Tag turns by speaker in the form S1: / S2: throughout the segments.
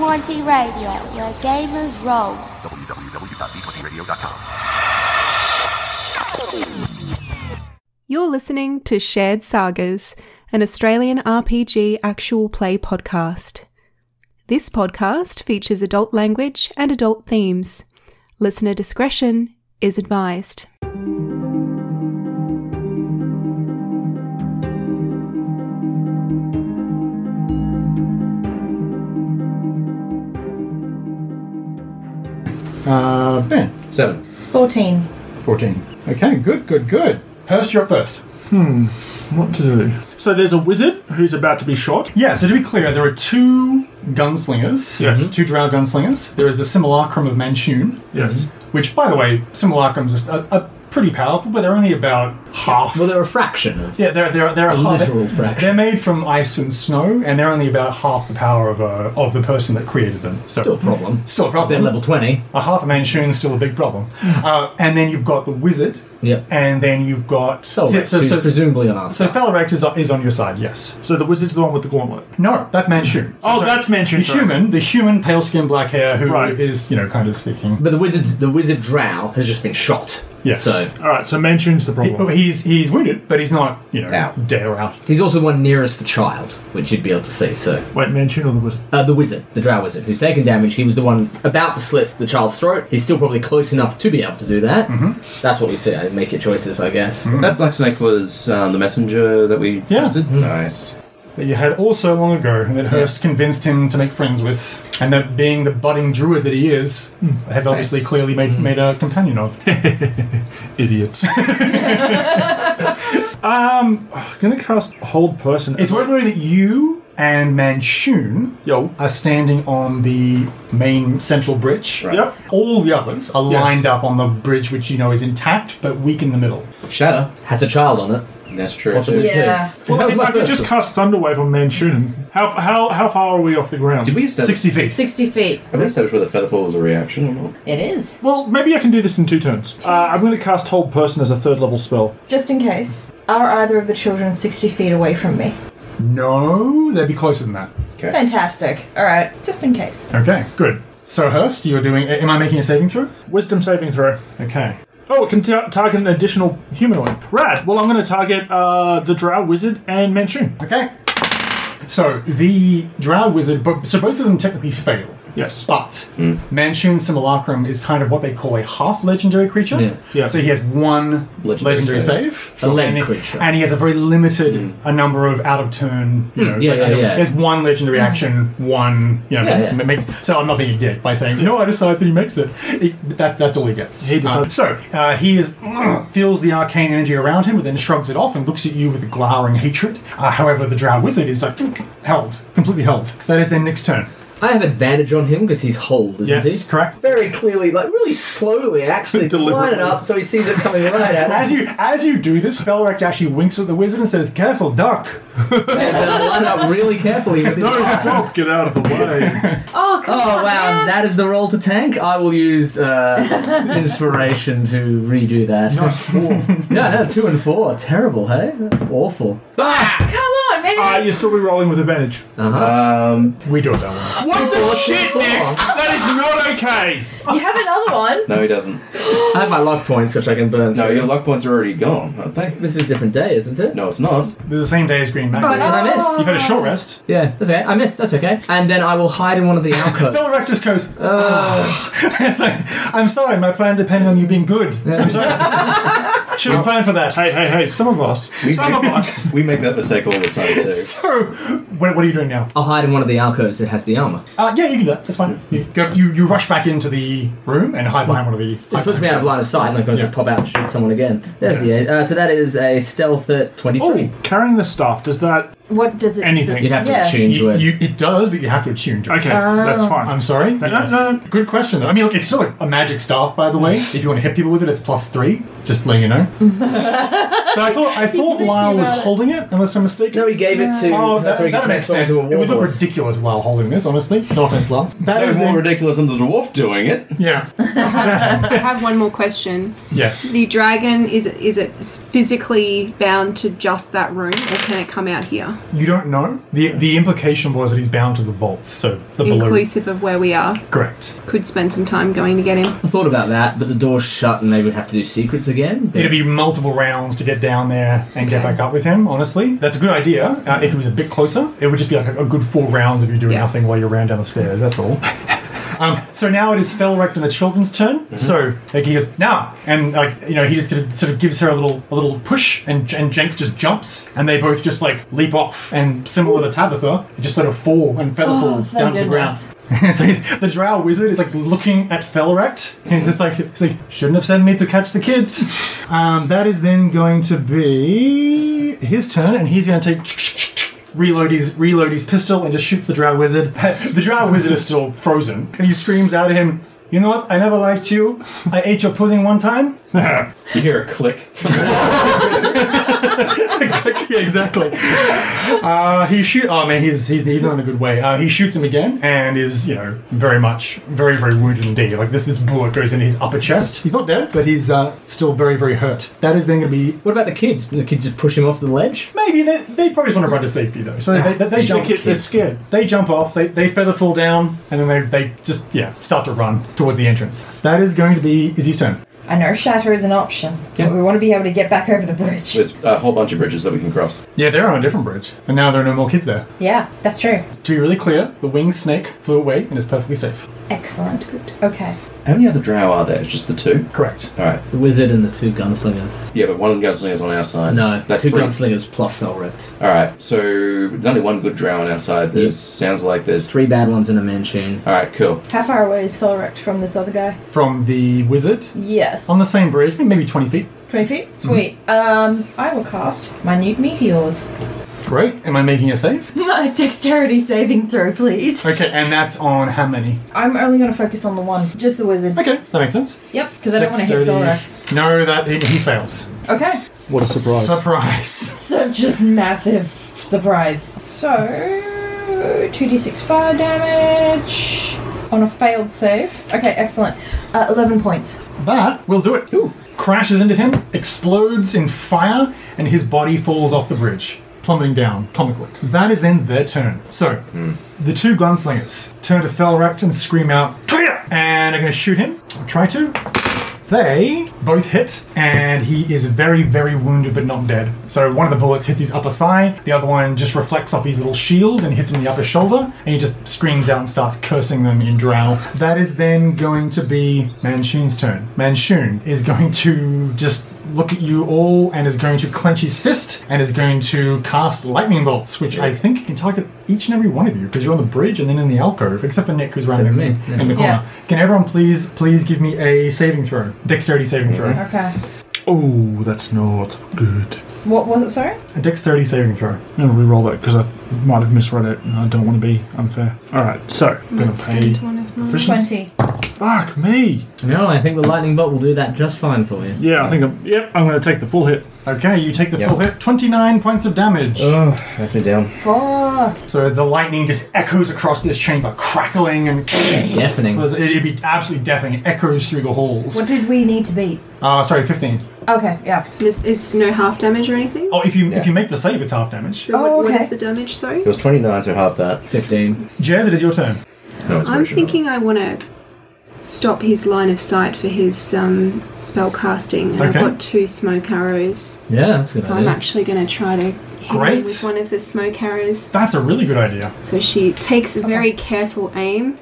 S1: Radio, where gamers roll.
S2: You're listening to Shared Sagas, an Australian RPG actual play podcast. This podcast features adult language and adult themes. Listener discretion is advised.
S3: Uh, ben,
S4: Seven.
S5: 14.
S4: 14.
S3: okay, good, good, good. Hurst, you're up first.
S6: What to do?
S7: So there's a wizard who's about to be shot.
S3: Yeah, so to be clear, there are two gunslingers.
S6: Yes.
S3: Two drow gunslingers. There is the Simulacrum of Manchun,
S6: Yes.
S3: which, by the way, Simulacrums are, are pretty powerful, but they're only about half.
S4: Well, they're a fraction of.
S3: yeah, they're, they're, they're a half.
S4: literal
S3: they're-
S4: fraction.
S3: They're made from ice and snow, and they're only about half the power of, a, of the person that created them. So
S4: Still a problem.
S3: Still a
S4: If they're
S3: problem.
S4: level 20.
S3: a half a Manchun is still a big problem. uh, and then you've got the wizard,
S4: Yep.
S3: and then you've got
S4: So, so,
S3: so, so, so,
S4: presumably on our
S3: so
S4: side.
S3: Falaract is, is on your side, yes.
S7: So the wizard's the one with the gauntlet.
S3: No, that's Manchun.
S7: Oh, that's Manchun,
S3: The
S7: sorry.
S3: human, the human, pale skin, black hair, who is
S7: Right.
S3: you know, kind of speaking.
S4: But the wizard, the wizard drow has just been shot.
S3: Yes.
S4: So
S7: All right, so Manchun's the
S3: He-
S7: problem.
S3: Oh, he's he's wounded, but he's not you know
S4: Out.
S3: dead or out.
S4: he's also one nearest the child, which you'd be able to see. So
S7: Wait, Manchun or the wizard?
S4: uh, the wizard, the drow wizard, who's taken damage. He was the one about to slit the child's throat. He's still probably close enough to be able to do that. Mm-hmm. That's what you see. I didn't make your choices, I guess.
S8: That black snake was um, the messenger that we
S3: Yeah.
S8: trusted. Nice.
S3: That you had all so long ago, and that Hearst convinced him to make friends with, and that being the budding druid that he is, has obviously
S8: Nice.
S3: clearly made made a companion of.
S7: Idiots. um, I'm gonna cast hold person.
S3: it's worth noting that you and Manchun
S7: yo.
S3: are standing on the main central bridge.
S8: Right.
S7: Yep.
S3: All the others are lined up on the bridge, which you know is intact but weak in the middle.
S8: Shatter.
S4: Has a child on it.
S8: That's true.
S4: Possibly
S8: too.
S4: two.
S5: Yeah.
S4: 'Cause
S7: Well,
S4: that
S7: I,
S4: was
S7: mean,
S4: my
S7: I could
S4: first
S7: just
S4: thought.
S7: cast Thunderwave on Manchun. How how how far are we off the ground?
S8: Did we establish?
S3: Sixty feet.
S5: Sixty feet.
S8: Have we established whether Featherfall was a reaction or not?
S5: It is.
S7: Well, maybe I can do this in two turns. Uh, I'm going to cast Hold Person as a third level spell.
S5: Just in case. Are either of the children sixty feet away from me?
S3: No, they'd be closer than that.
S5: Fantastic. Alright. Just in case.
S3: Okay, good. So Hurst, you're doing. Am I making a saving throw?
S7: Wisdom saving throw.
S3: Okay.
S7: Oh, it can ta- target an additional humanoid. Rad. Well, I'm going to target uh, the Drow Wizard and Manchun.
S3: Okay. So the Drow Wizard, bo- so both of them technically fail,
S7: Yes.
S3: but Manchun Simulacrum is kind of what they call a half legendary creature.
S4: Yeah.
S7: Yeah.
S3: So he has one legendary,
S4: Legendary
S3: save,
S4: save. A
S3: and
S4: land
S3: he,
S4: creature.
S3: and he has a very limited
S7: Mm.
S3: a number of out of turn. You know,
S4: Mm. Yeah, yeah,
S3: legendary-
S4: yeah.
S3: He has one
S7: Mm.
S3: legendary action, one. You know,
S4: Yeah, yeah.
S3: ma- makes. So I'm not being a dick by saying no. I decide that he makes it. It- that, that's all he gets.
S7: He decides-
S3: Um, so uh, he is, feels the arcane energy around him, but then shrugs it off and looks at you with glowering hatred. Uh, however, the drow wizard is like held, completely held. That is their next turn.
S4: I have advantage on him because he's hold, isn't
S3: Yes,
S4: he?
S3: correct.
S4: Very clearly, like really slowly, actually, flying
S7: Deliberately.
S4: it up so he sees it coming right at him.
S3: As you as you do this, Felrect actually winks at the wizard and says, "Careful, duck."
S4: And then I line up really carefully with his eye.
S7: stop. Get out of the way.
S5: Oh come
S4: Oh
S5: on,
S4: wow,
S5: man.
S4: that is the roll to tank. I will use uh, inspiration to redo that.
S7: Nice form.
S4: Yeah, no, two and four. Terrible, hey? That's awful.
S5: Come on, maybe
S7: Uh, you're still be rolling with advantage.
S8: Um,
S3: We do it that way.
S7: What
S4: the four, two shit, four. Nick?
S7: That is not okay.
S5: you have another one.
S8: no, he doesn't.
S4: I have my luck points, which I can burn
S8: No,
S4: through.
S8: your luck points are already gone, aren't they?
S4: This is a different day, isn't it?
S8: No, it's not.
S3: This is the same day as Green Magnet.
S4: Oh, did I miss?
S3: You've had a short rest.
S4: Yeah, that's okay. I missed. That's okay. And then I will hide in one of the alcoves.
S3: Phil Rectus goes, It's like, I'm sorry, my plan depended on you being good. I'm sorry. Should have planned for that.
S7: Hey, hey, hey! Some of us, some of us.
S8: We make that mistake all the time too.
S3: So, what, what are you doing now?
S4: I'll hide in one of the alcoves that has the armor.
S3: Uh, yeah, you can do that. That's fine. You, go, you, you rush back into the room and hide behind one of the.
S4: It puts me out of line of sight, and I can
S3: Yeah.
S4: just pop out and shoot someone again. There's the uh, so that is a stealth at twenty-three.
S7: Oh, carrying the staff. Does that?
S5: What does it
S7: Anything.
S4: You'd have to
S5: Yeah.
S4: tune to
S3: You,
S4: it.
S3: you, it does, but you have to attune to it.
S7: Okay, that's fine.
S3: I'm sorry.
S7: no, no.
S3: Good question. Though. I mean, look, it's still a, a magic staff, by the way. If you want to hit people with it, it's plus three. Just letting you know. But I thought I thought
S5: thinking
S3: Lyle was
S5: about it.
S3: holding it, unless I'm mistaken.
S4: No, he gave it to.
S3: Oh, that,
S4: so he
S3: that
S4: could
S3: makes
S4: transfer
S3: sense.
S4: into
S3: It
S4: a
S3: would look
S4: warlord.
S3: ridiculous while holding this, honestly. No offense, Lyle. That
S8: That
S3: is
S8: was more
S3: then-
S8: ridiculous than the dwarf doing it.
S3: Yeah.
S2: I have one more question.
S3: Yes.
S2: The dragon is it, is it physically bound to just that room, or can it come out here,
S3: You don't know. the The implication was that he's bound to the vault, so the balloon.
S2: inclusive of where we are?
S3: Correct.
S2: Could spend some time going to get him.
S4: I thought about that, but the door's shut and they would have to do secrets again.
S3: It'd be multiple rounds to get down there and get
S5: Okay.
S3: back up with him. Honestly, that's a good idea. Uh, if he was a bit closer, it would just be like a, a good four rounds of you doing
S2: Yeah.
S3: nothing while you ran down the stairs. That's all. Um, so now it is Felrecht and the children's turn.
S5: Mm-hmm.
S3: So like he goes now, and like you know he just sort of- sort of gives her a little a little push, and and Jenks just jumps, and they both just like leap off, and similar to Tabitha, just sort of fall and feather fall
S5: Oh, thank
S3: down to the ground.
S5: goodness.
S3: so the drow wizard is like looking at Felrecht, and he's just like, he's like, shouldn't have sent me to catch the kids. Um, that is then going to be his turn, and he's going to take. Reload his reload his pistol and just shoots the drow wizard. the drow wizard is still frozen, and he screams out at him, "You know what? I never liked you. I ate your pudding one time."
S8: You hear a click.
S3: yeah, exactly. Uh, he shoot. Oh man, he's he's he's not in a good way. Uh, he shoots him again and is you know very much very very wounded indeed. Like this this bullet goes into his upper chest. He's not dead, but he's uh, still very very hurt. That is then going to be.
S4: What about the kids? Did the kids just push him off the ledge?
S3: Maybe they, they probably just want to run to safety though, so they, they, they
S4: He's a
S3: jump.
S4: kid,
S7: They're scared.
S3: They jump off, they, they feather fall down, and then they, they just, yeah, start to run towards the entrance. That is going to be Izzy's turn.
S9: I know shatter is an option, but we want to be able to get back over the bridge.
S8: There's a whole bunch of bridges that we can cross.
S3: Yeah, they're on a different bridge, and now there are no more kids there.
S9: Yeah, that's true.
S3: To be really clear, the winged snake flew away and is perfectly safe.
S9: Excellent.
S2: Good.
S9: Okay.
S8: How many other drow are there? Just the two?
S3: Correct.
S8: Alright.
S4: The wizard and the two gunslingers. Uh,
S8: Yeah, but one gunslinger's on our side.
S4: No,
S8: That's
S4: two
S8: three.
S4: gunslingers plus fell ripped.
S8: Alright, so there's only one good drow on our side. There's sounds like there's
S4: Three bad ones and a manchun.
S8: Alright, cool.
S5: How far away is Felrecht from this other guy?
S3: From the wizard,
S5: Yes.
S3: On the same bridge, Mm-hmm. maybe 20 feet.
S5: 20 feet?
S9: Sweet. Um, I will cast minute meteors.
S3: Great. Am I making a save?
S5: My dexterity saving throw, please.
S3: Okay, and that's on how many?
S5: I'm only going to focus on the one, just the wizard.
S3: Okay, that makes sense.
S5: Yep, because I don't want to hit Felrecht.
S3: Dexterity. No, that he, he fails.
S5: Okay.
S6: What a surprise.
S3: Surprise.
S9: Such a massive surprise. So, 2d6 fire damage on a failed save. Okay, excellent.
S5: Uh, 11 points.
S3: That will do it. Crashes into him, explodes in fire, and his body falls off the bridge, plummeting down comically. That is then their turn. So, the two gunslingers turn to Felrecht and scream out, Traitor! And are going to shoot him, or try to. They both hit, and he is very, very wounded but not dead. So one of the bullets hits his upper thigh, the other one just reflects off his little shield and hits him in the upper shoulder, and he just screams out and starts cursing them in drow. That is then going to be Manshun's turn. Manshun is going to just look at you all and is going to clench his fist and is going to cast lightning bolts, which I think can target each and every one of you because you're on the bridge and then in the alcove, except for Nick who's running in,
S4: Except me, yeah.
S3: in the corner. Can everyone please, please give me a saving throw, dexterity saving throw,
S5: Okay.
S6: Oh, that's not good.
S9: What was it, sorry?
S3: a dexterity saving throw.
S6: I'm going to reroll that because I might have misread it and I don't want to be unfair. Alright, so I'm going to pay. Efficiency.
S9: 20.
S6: Fuck me.
S4: No, I think the lightning bolt will do that just fine for you.
S6: Yeah, I think I'm. Yep, I'm going to take the full hit.
S3: Okay, you take the
S8: Yep.
S3: full hit, 29 points of damage.
S8: Oh, that's me down.
S5: Fuck.
S3: So the lightning just echoes across this chamber, crackling and
S4: Deafening.
S3: it'd be absolutely deafening. It echoes through the halls.
S5: What did we need to beat?
S3: Uh, sorry, 15.
S5: Okay, yeah.
S2: Is, is no half damage or anything?
S3: Oh, if you
S8: Yeah.
S3: if you make the save, it's half damage.
S2: So what,
S5: oh,
S2: what
S5: okay.
S2: is the damage? Sorry,
S8: It was 29, so half that.
S4: Fifteen.
S3: Jez, it is your turn.
S8: No, it's
S2: I'm
S8: pretty sure.
S2: thinking I want to stop his line of sight for his um, spell casting. And I've
S3: Okay.
S2: got two smoke arrows,
S4: Yeah, that's a good
S2: so I'm
S4: idea.
S2: actually going to try to hit her
S3: Great.
S2: with one of the smoke arrows.
S3: That's a really good idea.
S2: So she takes very careful aim.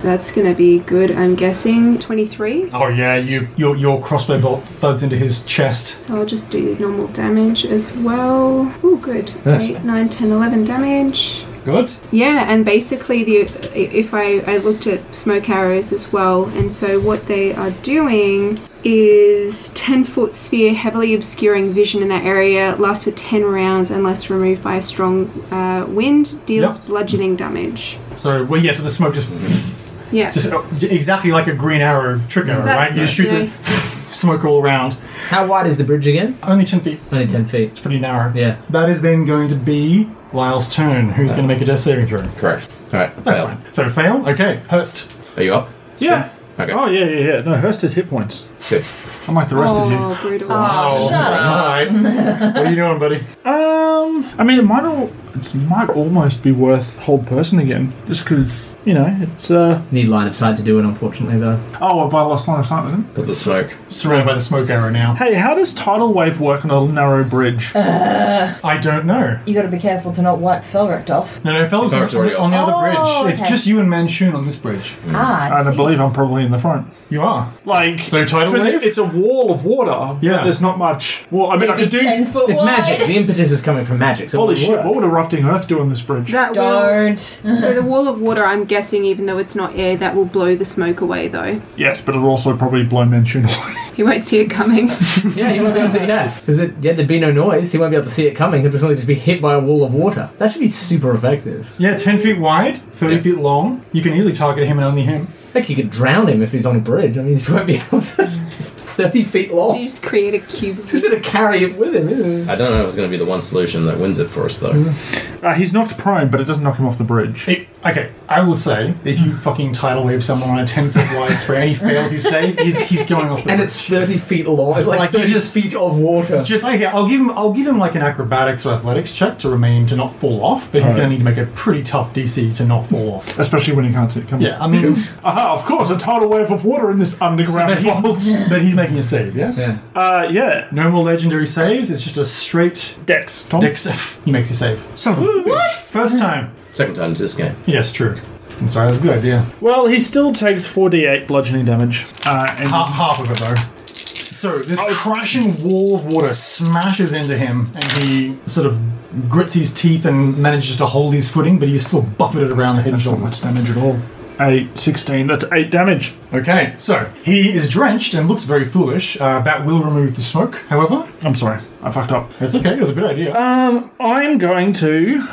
S2: That's going to be good. I'm guessing 23.
S3: Oh yeah, you your your crossbow bolt thuds into his chest.
S2: So I'll just do normal damage as well. Oh, good.
S8: Nice.
S2: Eight, nine, ten, eleven damage.
S3: Good.
S2: Yeah, and basically, the if I, I looked at smoke arrows as well, and so what they are doing is 10 foot sphere heavily obscuring vision in that area, lasts for 10 rounds unless removed by a strong uh, wind, deals
S3: Yep.
S2: bludgeoning damage.
S3: So well, yeah. So the smoke just
S2: Yeah.
S3: just uh, j- exactly like a green arrow trick arrow,
S2: That-
S3: right? You just shoot
S2: yeah.
S3: it, smoke all around.
S4: How wide is the bridge again?
S3: Only 10 feet.
S4: Only 10 feet.
S3: It's pretty narrow.
S4: Yeah.
S3: That is then going to be Lyle's turn, who's going to make a death saving throw.
S8: Correct. All right.
S3: That's
S8: fail.
S3: fine. So fail? Okay. Hurst.
S8: Are you up?
S7: Yeah.
S8: Okay.
S7: Oh yeah, yeah, yeah. No, Hurst has hit points.
S8: Good.
S6: I'm like the rest is here.
S2: Oh, brutal.
S5: Oh, shut up.
S3: Alright. what are you doing, buddy?
S7: Um, I mean, it might all, it might almost be worth hold person again, just because you know it's. uh
S4: Need line of sight to do it, unfortunately, though.
S7: Oh, have I lost line of sight with him?
S8: Because the smoke.
S3: Surrounded by the smoke arrow now.
S7: Hey, how does tidal wave work on a narrow bridge?
S5: Uh,
S3: I don't know.
S5: You gotta be careful to not wipe Felrecht off.
S3: No, no, Felix
S8: The
S3: on,
S8: car's already
S3: the- on the other
S5: Oh,
S3: bridge. It's
S5: okay.
S3: just you and Manchun on this bridge.
S5: Ah, I
S7: And Hmm. I
S5: see.
S7: believe I'm probably in the front.
S3: You are.
S7: Like,
S3: So tidal
S7: 'cause it-
S3: wave?
S7: it's a wall of water. Yeah.
S3: Yeah.
S7: But there's not much. Well, I mean, I
S5: Maybe
S7: could do.
S5: 10 foot
S4: It's
S5: wide.
S4: magic. The impetus is coming from magic. So
S7: Holy
S4: it will
S7: shit!
S4: work.
S7: What would erupting earth do on this bridge?
S2: That will,
S5: Don't.
S2: so the wall of water, I'm guessing, even though it's not air, that will blow the smoke away, though.
S7: Yes, but it'll also probably blow Manchun away.
S2: He won't see it coming.
S4: Yeah, you won't be able to. Yeah, because yeah, there'd be no noise. He won't be able to see it coming. He'll just only just be hit by a wall of water. That should be super effective.
S3: Yeah, 10 feet wide, 30 feet long. You can easily target him and only him.
S4: Heck, you could drown him if he's on a bridge. I mean, he just won't be able to. Thirty feet
S2: you
S4: long.
S2: just create a cube.
S4: He's gonna carry it with him. isn't he?
S8: I don't know if it's going to be the one solution that wins it for us, though.
S7: Uh, he's knocked prone, but it doesn't knock him off the bridge.
S3: It, okay, I will say, if you fucking tidal wave someone on a 10 foot wide spray and he fails his save, he's, he's going off the
S4: And
S3: bridge.
S4: it's thirty feet long. It's like,
S3: Like, you
S4: thirty
S3: just-
S4: feet of water.
S3: Just like I'll give him, I'll give him like an acrobatics or athletics check to remain to not fall off, but he's going to need to make a pretty tough DC to not fall off.
S7: Especially when he can't see it coming.
S3: Yeah, I mean,
S7: Aha, of course, a tidal wave of water in this
S3: but
S7: underground vault.
S3: he's, but he's making a save. Yes.
S4: Yeah.
S7: Uh, yeah.
S3: No more legendary saves. It's just a straight
S7: Dex. Tom?
S3: dex. He makes a save.
S7: Son of a-
S3: First time.
S8: Second time to this game.
S3: Yes, true. I'm sorry, that was a good idea.
S7: Well, he still takes 4d8 bludgeoning damage. Uh, and
S3: Ha- half of it though. So this crashing wall of water smashes into him, and he sort of grits his teeth and manages to hold his footing, but he's still buffeted around the head and
S7: that's not
S3: shoulders.
S7: much damage at all. 8, 16, that's 8 damage.
S3: Okay, so he is drenched and looks very foolish. Uh, that will remove the smoke, however.
S7: I'm sorry, I fucked up.
S3: That's okay, it was a good idea.
S7: Um, I'm going to.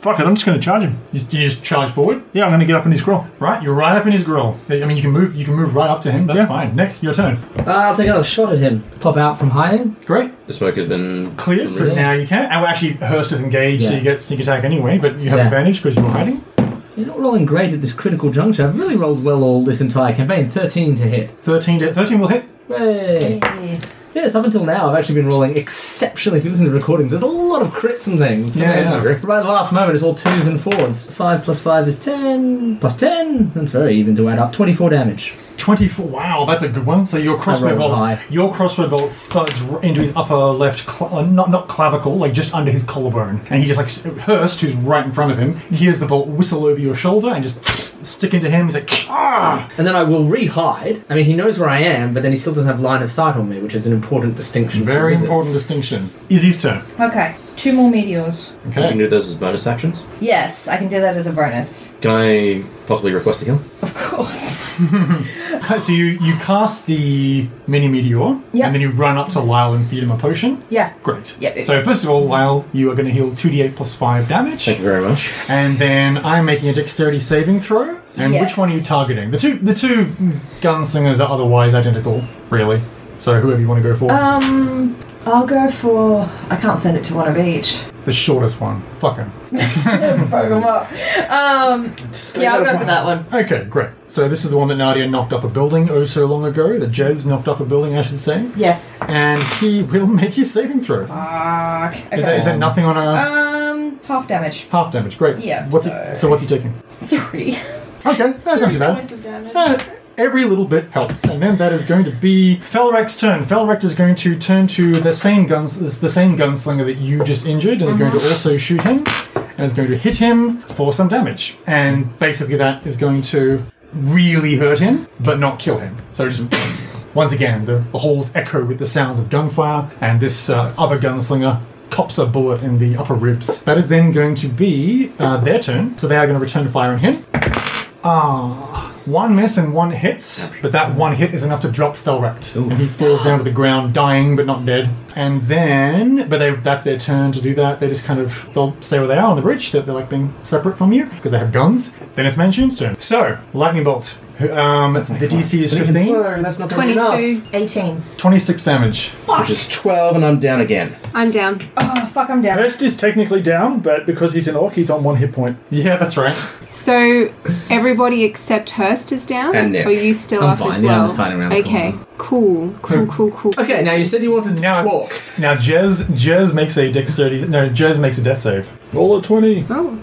S7: Fuck it, I'm just going to charge him.
S3: you, you just charge forward,
S7: Yeah, I'm going to get up in his scroll.
S3: right? You're right up in his grill. I mean, you can move. You can move right up to him. That's
S7: Yeah.
S3: fine. Nick, your turn.
S4: Uh, I'll take another shot at him. Top out from high end.
S3: Great,
S8: The smoke has been
S3: cleared. So
S4: Really?
S3: now you can. Oh, actually, Hurst is engaged, so
S4: Yeah.
S3: you get sneak attack anyway. But you have
S4: Yeah.
S3: advantage because you're hiding.
S4: You're not rolling great at this critical juncture. I've really rolled well all this entire campaign. Thirteen to hit.
S3: Thirteen. To, Thirteen will hit.
S4: Yay. Yes, up until now, I've actually been rolling exceptionally. If you listen to the recordings, there's a lot of crits and things.
S3: Yeah, yeah.
S4: Right at the last moment, it's all twos and fours. Five plus five is ten, plus ten, that's very even to add up. 24 damage.
S3: Twenty-four. Wow, that's a good one. So your crossbow
S4: rolled
S3: bolt,
S4: high.
S3: your crossbow bolt thuds r- into his upper left, cl- uh, not not clavicle, like just under his collarbone, and he just like s- Hurst, who's right in front of him, hears the bolt whistle over your shoulder and just stick into him. He's like, ah,
S4: And then I will re-hide. I mean, he knows where I am, but then he still doesn't have line of sight on me, which is an important distinction. for
S3: very
S4: wizards.
S3: important distinction. Izzy's turn.
S9: Okay, two more meteors.
S8: You can
S3: Okay.
S8: do those as bonus actions.
S5: Yes, I can do that as a bonus.
S8: Can I possibly request a heal?
S5: Of course.
S3: So you you cast the mini meteor,
S5: Yeah.
S3: and then you run up to Lyle and feed him a potion.
S5: Yeah.
S3: Great.
S5: Yep.
S3: So first of all, Lyle, you are going to heal two d8 plus five damage.
S8: Thank you very much.
S3: and then I'm making a dexterity saving throw. And which one are you
S5: Yes.
S3: targeting? The two the two gunslingers are otherwise identical, really. So whoever you want to go
S9: Uh.
S3: for,
S5: Um, I'll go for. I can't send it to one of each.
S3: the shortest one. Fuck him.
S5: Broke 'em up. Um, yeah, I'll go for that one.
S3: Okay, great. So this is the one that Nadia knocked off a building oh so long ago. That Jez knocked off a building, I should say.
S5: Yes.
S3: And he will make his saving throw.
S9: Fuck.
S3: Is that,
S9: Okay.
S3: is that nothing on a
S9: Um, half damage.
S3: half damage? Great.
S9: yeah,
S3: What's
S9: so-
S3: He, so what's he taking?
S5: Three.
S3: Okay, that's not too bad.
S9: Points of damage.
S3: Uh, every little bit helps, and then that is going to be Felrek's turn. Felrek is going to turn to the same guns, the same gunslinger that you just injured, and is going to also shoot him, and is going to hit him for some damage. And basically, that is going to really hurt him, but not kill him. So just once again, the, the halls echo with the sounds of gunfire, and this uh, other gunslinger. Cops a bullet in the upper ribs. That is then going to be uh, their turn, so they are going to return fire on him. One miss and one hits, but that one hit is enough to drop Felrect. And he falls down to the ground, dying but not dead. And then, but they, that's their turn to do that. They just kind of, they'll stay where they are on the bridge. They're, they're like being separate from you because they have guns. Then it's Manchun's turn. So, Lightning Bolt. Um, the DC is
S8: Even
S3: 15.
S8: so, that's not doing enough.
S2: 22.
S5: 18.
S3: 26 damage.
S8: Which is 12, and I'm down again.
S2: I'm down.
S9: Oh, fuck, I'm down.
S7: Hurst is technically down, but because he's an orc, he's on one hit point.
S3: Yeah, that's right.
S2: So everybody except Hurst is down?
S8: And Nick.
S2: Or are you still
S4: I'm
S2: up
S4: fine,
S2: as
S4: yeah,
S2: well?
S4: I'm just hiding around the
S2: okay. Cool. Cool, cool, cool.
S4: Okay, now you said you wanted to
S3: Now it's-
S4: talk.
S3: Now Jez Jez makes a dexterity. No, Jez makes a death save.
S7: Roll a 20.
S2: Oh.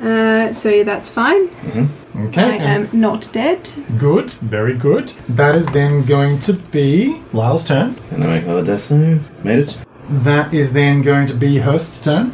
S2: Uh, so that's fine.
S3: Okay.
S2: I am not dead.
S3: Good. Very good. That is then going to be Lyle's turn.
S8: And I make another death save. Made it.
S3: That is then going to be Hurst's turn.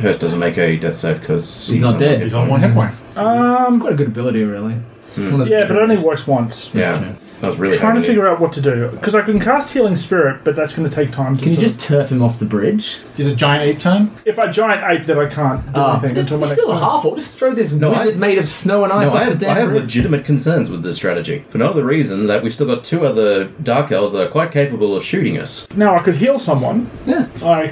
S8: Hurst doesn't make a death save because he's,
S4: not
S8: on-
S4: dead.
S3: He's on one hit point.
S7: Um,
S4: What a good ability, really.
S3: Hmm.
S4: One of the-
S7: yeah, but it only works once.
S8: Yeah, that was really
S7: Trying to
S8: hoping
S7: figure out what to do because I can cast Healing Spirit, but that's going to take time. To
S4: Can you
S7: sort of-
S4: just turf him off the bridge?
S3: He's a giant ape turn.
S7: if I giant ape, then I can't do
S4: Ah,
S7: anything
S4: it's
S7: until
S4: it's
S7: my next
S4: still a
S7: turn.
S4: half. I'll just throw this
S8: No, I-
S4: wizard made of snow and ice
S8: No, I
S4: off the
S8: have, I
S4: damn
S8: have
S4: bridge.
S8: legitimate concerns with this strategy. For no other reason that we've still got two other Dark Elves that are quite capable of shooting us.
S7: Now I could heal someone.
S4: Yeah.
S7: I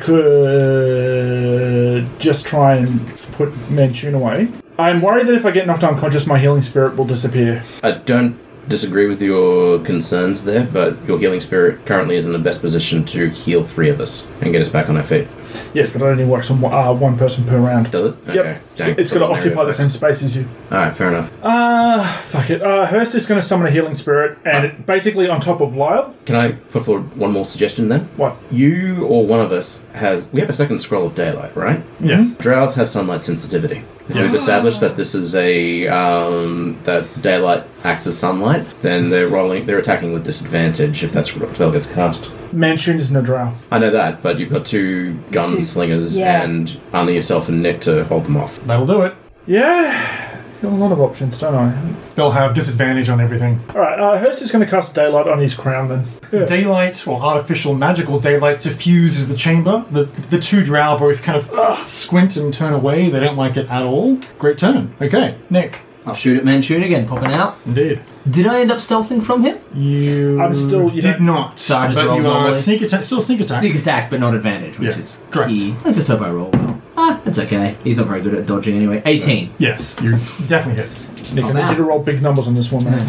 S7: could just try and put Manchun away. I'm worried that if I get knocked unconscious, my healing spirit will disappear.
S8: I don't disagree with your concerns there, but your healing spirit currently is in the best position to heal three of us and get us back on our feet.
S7: Yes, but it only works on one, uh, one person per round.
S8: Does it?
S7: Yep.
S8: Dang,
S7: It's going to
S8: that wasn't
S7: occupy
S8: area
S7: the
S8: of
S7: same
S8: effect.
S7: space as you.
S8: Alright, fair enough.
S7: Uh, fuck it. Uh, Hurst is going to summon a healing spirit, and it, basically on top of Lyle.
S8: Can I put forward one more suggestion then?
S7: What?
S8: You or one of us has. We have a second scroll of daylight, right?
S3: Yes.
S8: Drows have sunlight sensitivity. If
S3: Yes.
S8: we've established that this is a um, that daylight acts as sunlight, then they're rolling, they're attacking with disadvantage if that's what spell gets cast.
S7: Manchun is no drow.
S8: I know that, but you've got two gunslingers
S5: yeah.
S8: and only yourself and Nick to hold them off.
S3: That'll do it.
S7: Yeah. Got a lot of options, don't I?
S3: They'll have disadvantage on everything.
S7: Alright, uh, Hurst is going to cast Daylight on his crown then.
S3: Daylight or artificial magical daylight suffuses the chamber. The the two drow both kind of uh, squint and turn away. They don't like it at all. Great turn. Okay, Nick.
S4: I'll shoot at Manchun again, popping out.
S3: Indeed.
S4: Did I end up stealthing from him?
S3: You.
S7: I'm still- you
S3: did
S7: don't-
S3: not.
S4: So I just
S3: but
S4: rolled
S3: you are
S4: normally?
S3: sneak attack. Still sneak attack.
S4: Sneak attack, but not advantage, which
S3: Yeah,
S4: is
S3: correct.
S4: key. Let's just hope I roll well. Ah, it's okay. He's not very good at dodging anyway. 18.
S3: Yes, you definitely hit.
S8: Oh,
S7: Nick, I
S4: I'm
S7: need you
S4: out.
S7: to roll big numbers on this one, man.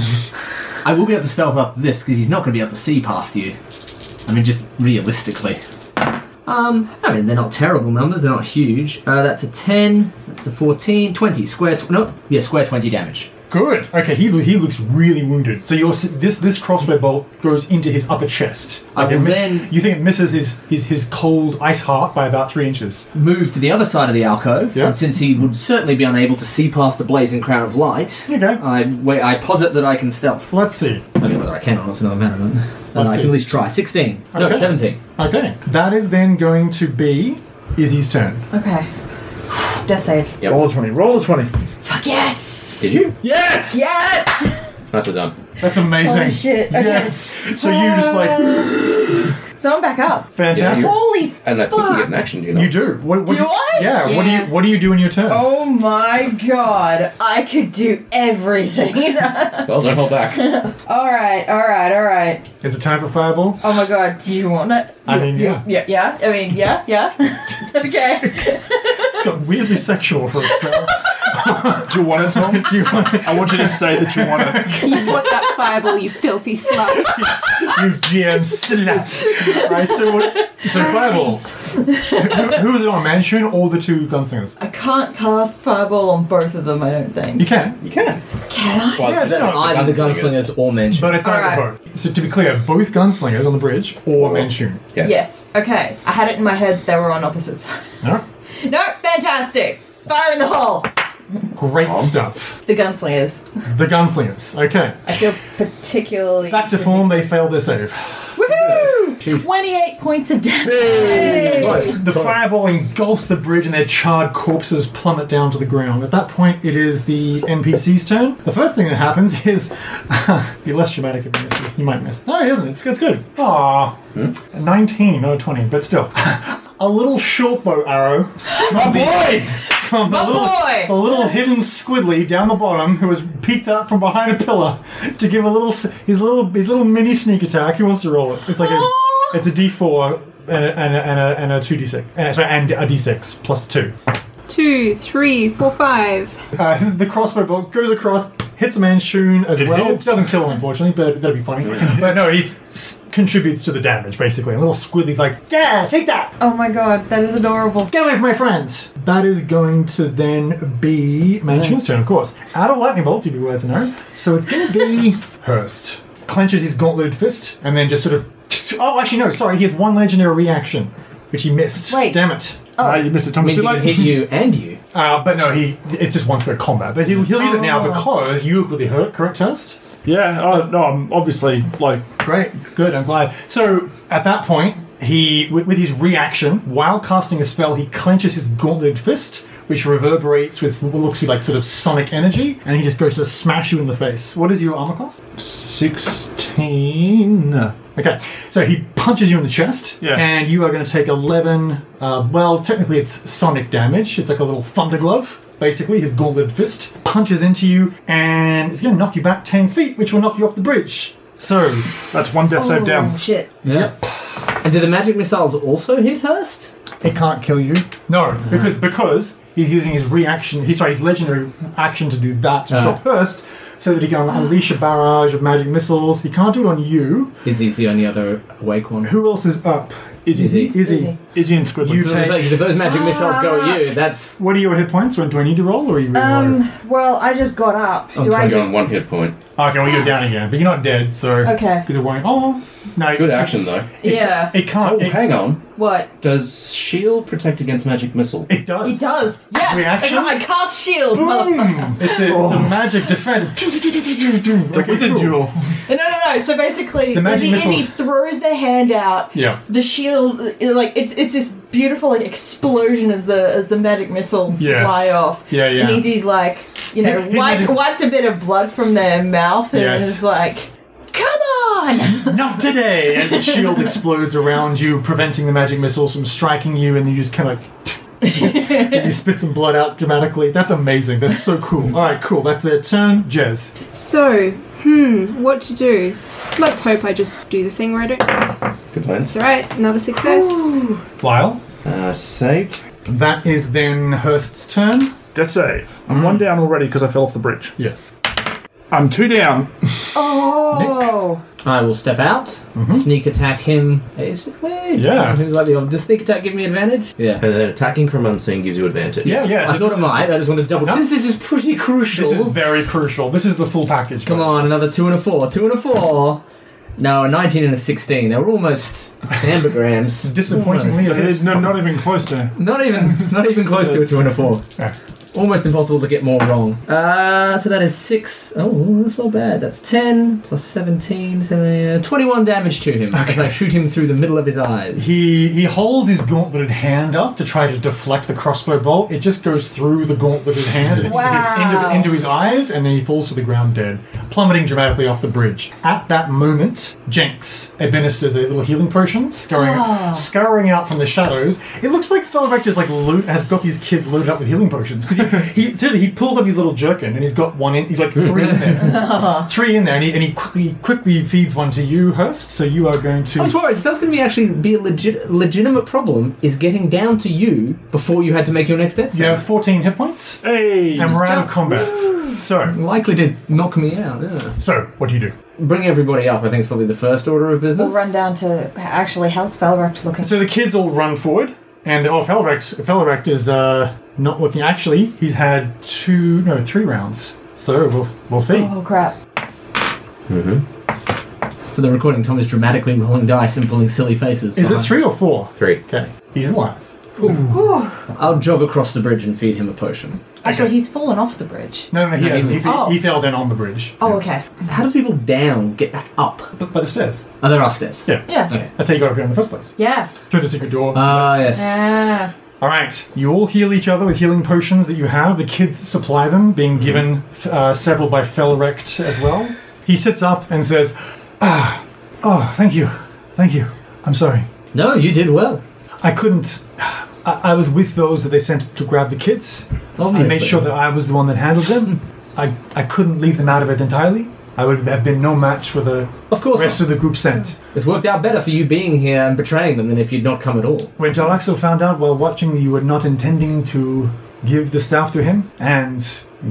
S4: I will be able to stealth after this because he's not going to be able to see past you. I mean, just realistically. Um, I mean, they're not terrible numbers. They're not huge. Uh, that's a 10. That's a 14. 20. Square. Tw- no. Yeah, square 20 damage.
S3: Good. Okay, he lo- he looks really wounded. So you'll see this this crossbow bolt goes into his upper chest.
S4: I will
S3: it mi-
S4: then-
S3: You think it misses his his his cold ice heart by about three inches.
S4: Move to the other side of the alcove.
S3: Yeah.
S4: And since he would certainly be unable to see past the blazing crown of light,
S3: Okay.
S4: I, wait, I posit that I can stealth.
S3: Let's see.
S4: I mean, whether I can or not's another matter. But uh,
S3: Let's
S4: I
S3: see.
S4: can at least try. 16. No,
S3: Okay.
S4: 17.
S3: Okay, that is then going to be Izzy's turn.
S5: Okay. Death save.
S8: Yep.
S7: Roll a 20. Roll a 20.
S5: Fuck yes!
S8: Did you?
S7: Yes!
S5: Yes!
S8: Nicely done.
S3: That's amazing.
S9: Holy shit. Okay. Uh,
S3: Yes. So you just like
S5: So I'm back up.
S3: fantastic.
S8: Yeah,
S5: Holy
S8: And I think you get an action, do you not?
S3: you do. What, what
S5: Do
S3: you,
S5: I?
S3: Yeah, What do you
S5: Yeah.
S3: What do you do in your turn?
S5: Oh my god, I could do everything.
S8: Well, don't hold back.
S9: All right, all right, all right.
S3: Is it time for fireball?
S5: oh my god, do you want it?
S3: I mean, yeah.
S5: Yeah, yeah. I mean, yeah, yeah. okay.
S3: It's got weirdly sexual for its
S7: Do you want it, Tom?
S3: Do you want it?
S7: I want you to say that you want it.
S2: You want that fireball, you filthy slut.
S3: You GM slut. Alright, so what, so fireball. Who, who is it on, Manchun or the two gunslingers?
S5: I can't cast fireball on both of them, I don't
S3: You
S5: think.
S3: can,
S8: You can.
S5: Can I?
S8: Well,
S3: Yeah,
S8: you
S3: no,
S8: don't.
S4: Either the gunslingers or mention.
S3: but it's either
S5: Alright.
S3: both. So to be clear, both gunslingers on the bridge or Manchun.
S8: Yes.
S5: Yes. Okay. I had it in my head they were on opposite sides.
S3: Alright.
S5: No, fantastic. Fire in the hole.
S3: Great stuff.
S5: The gunslingers.
S3: The gunslingers. Okay.
S9: I feel particularly.
S3: Back to form, they failed their save.
S5: Woohoo! 28 points of damage.
S3: The fireball engulfs the bridge and their charred corpses plummet down to the ground. At that point, it is the NPC's turn. The first thing that happens is. be less dramatic if he misses. You might miss. No, he doesn't. It's, it's good. Aww. 19, not a 20, but still. a little short bow arrow from the. From the
S5: My
S3: little,
S5: Oh, boy!
S3: the little hidden squiddly down the bottom, who has peeked out from behind a pillar to give a little s- his little his little mini sneak attack. Who wants to roll it? It's like
S5: Aw.
S3: a it's a D4 and a, and a, and a, and a 2d6. Uh, sorry, and a d6 plus 2.
S2: Two, three, four, five.
S3: Uh, the crossbow bolt goes across, Hits a Manchun as
S7: It
S3: well.
S7: hits.
S3: Doesn't kill him, unfortunately, but that'd be funny. but no, he contributes to the damage, basically. And little Squidly's like, yeah, take that!
S5: Oh my god, that is adorable.
S3: Get away from my friends! That is going to then be Manchun's turn, of course. Out of lightning bolts, you'd be glad to know. So it's going to be Hurst. Clenches his gauntleted fist and then just sort of. Oh, actually, no, sorry. He has one legendary reaction, which he missed.
S5: Wait.
S3: Damn it.
S5: Oh.
S7: Ah, you missed it, Thomas.
S4: means
S7: Too
S4: it can
S7: late.
S4: hit you and you.
S3: Uh, but no, he it's just once per combat. But he'll, he'll use it now because you equally hurt, correct, Hurst?
S7: Yeah, oh, no, I'm obviously like
S3: Great, good, I'm glad. So at that point, he with, with his reaction, while casting a spell, he clenches his gauntleted fist, which reverberates with what looks to be like sort of sonic energy, and he just goes to smash you in the face. What is your armor class?
S7: 16.
S3: Okay, so he punches you in the chest,
S7: Yeah.
S3: and you are going to take 11. Uh, well, technically, it's sonic damage. It's like a little thunder glove, basically. His gauntlet fist punches into you, and it's going to knock you back 10 feet, which will knock you off the bridge. So,
S7: That's one death save down.
S5: Shit.
S4: And do the magic missiles also hit Hurst?
S3: it can't kill you. No, because because he's using his reaction, he's sorry, his legendary action to do that to
S4: Ah.
S3: drop first, so that he can unleash a barrage of magic missiles. He can't do it on you.
S4: Is he the only other awake one?
S3: Who else is up?
S4: Is he?
S3: Izzy.
S7: Izzy and Squidward.
S3: You
S4: So it's
S3: take.
S4: like, if those magic missiles go at you, that's
S3: What are your hit points? Do I need to roll, or are you? really low?
S5: Um, well, I just got up.
S4: Oh,
S5: Do I
S8: I
S5: do
S8: go on one hit point.
S3: Oh, Okay, well, you're down again, but you're not dead, so.
S5: Okay.
S3: Because it won't. Oh, no.
S8: Good action though.
S3: It,
S5: Yeah.
S3: It can't.
S8: Oh,
S3: It,
S8: hang on.
S5: What?
S8: Does shield protect against magic missile?
S3: it does.
S5: It does. Yes.
S3: Reaction?
S5: I cast shield,
S3: Boom!
S5: motherfucker.
S3: It's a, it's
S8: Oh.
S3: a magic defense. the
S7: Wizard duel.
S5: No, no, no. So basically,
S3: The magic
S5: Izzy, Izzy
S3: missiles.
S5: throws their hand out.
S3: Yeah.
S5: The shield, uh, like it's it's this beautiful like explosion as the as the magic missiles
S3: Yes.
S5: fly off.
S3: Yeah, yeah.
S5: And Izzy's like, you know,
S3: His- his
S5: wipe,
S3: magic-
S5: wipes a bit of blood from their mouth and
S3: Yes.
S5: is like, "Come on!"
S3: Not today! As the shield explodes around you, preventing the magic missiles from striking you, and you just kind of. you spit some blood out dramatically. That's amazing. That's so cool. All right, cool. That's their turn. Jez.
S2: So, hmm, what to do? Let's hope I just do the thing where I don't. It's
S8: Good plans.
S2: alright, another success.
S3: Lyle.
S8: Uh, saved.
S3: That is then Hurst's turn.
S7: Death save. I'm one down already because I fell off the bridge.
S3: Yes.
S7: I'm two down.
S5: Oh,
S4: I will step out, sneak attack him. Basically,
S3: Mm-hmm. Yeah.
S4: I think like the old- does sneak attack give me advantage? Yeah.
S8: And then Uh, attacking from unseen gives you advantage.
S3: Yeah, yeah.
S4: I thought it might. I just wanted to double.
S3: No.
S4: Since this is pretty crucial.
S3: This is very crucial. This is the full package.
S4: Come on, another two and a four, two and a four. No, a 19 and a 16. They were almost ambigrams.
S3: Disappointingly,
S4: Almost.
S3: it is.
S7: No, not even close to.
S4: Not even, not even close to a two and a four.
S3: Yeah.
S4: Almost impossible to get more wrong. Uh, so that is six. Oh, that's not bad. That's 10 plus 17, 17 uh, 21 damage to him as I shoot him through the middle of his eyes.
S3: He he holds his gauntleted hand up to try to deflect the crossbow bolt. It just goes through the gauntleted hand and into, his, into,
S5: Wow.
S3: into his eyes, and then he falls to the ground dead, plummeting dramatically off the bridge. At that moment, Jenks administers a little healing potion, scurrying, scurrying out from the shadows. It looks like Felvector's like loot has got these kids loaded up with healing potions because he, he seriously he pulls up his little jerkin and he's got one in. He's like three in there, three in there, and he, and he quickly quickly feeds one to you, Hurst. So you are going to.
S4: I was worried. So that's going to be actually be a legit, legitimate problem. Is getting down to you before you had to make your next death.
S3: You
S4: save.
S3: have 14 hit points.
S7: Hey!
S3: and we're out of
S4: jump.
S3: combat. So,
S4: Likely to knock me out. Yeah.
S3: so what do you do?
S4: Bring everybody up. I think is probably the first order of business.
S5: we'll run down to actually how's Felrecht looking.
S3: So the kids all run forward, and oh, Felrex, Felrex is uh, not looking. Actually, he's had two, no, three rounds. So we'll we'll see.
S5: oh crap!
S4: For the recording, Tom is dramatically rolling dice and pulling silly faces.
S3: Is it
S4: behind-
S3: three or four?
S8: Three.
S3: Okay, he's alive.
S4: I'll jog across the bridge and feed him a potion.
S5: Actually, he's fallen off the bridge.
S3: No, no, he
S4: No, he
S3: hasn't. He,
S4: was-
S3: fe-
S5: Oh.
S3: he fell down on the bridge
S5: Oh, okay.
S4: How do people down get back up?
S3: but by the stairs.
S4: Oh, there are stairs.
S3: Yeah,
S5: Yeah.
S4: Okay.
S3: that's how you got up here in the first place
S5: Yeah.
S3: through the secret door.
S4: Ah, yes.
S5: Yeah.
S3: All right, you all heal each other with healing potions that you have. The kids supply them, being given uh, several by Felrecht as well. He sits up and says, "Ah, oh, thank you, thank you. I'm sorry.
S4: No, you did well.
S3: I couldn't. I, I was with those that they sent to grab the kids. I
S4: Obviously.
S3: made sure that I was the one that handled them. I I couldn't leave them out of it entirely. I would have been no match for the
S4: Of course.
S3: rest of the group sent."
S4: It's worked out better for you being here and betraying them than if you'd not come at all.
S3: When Jalaxo found out while watching that you were not intending to give the staff to him and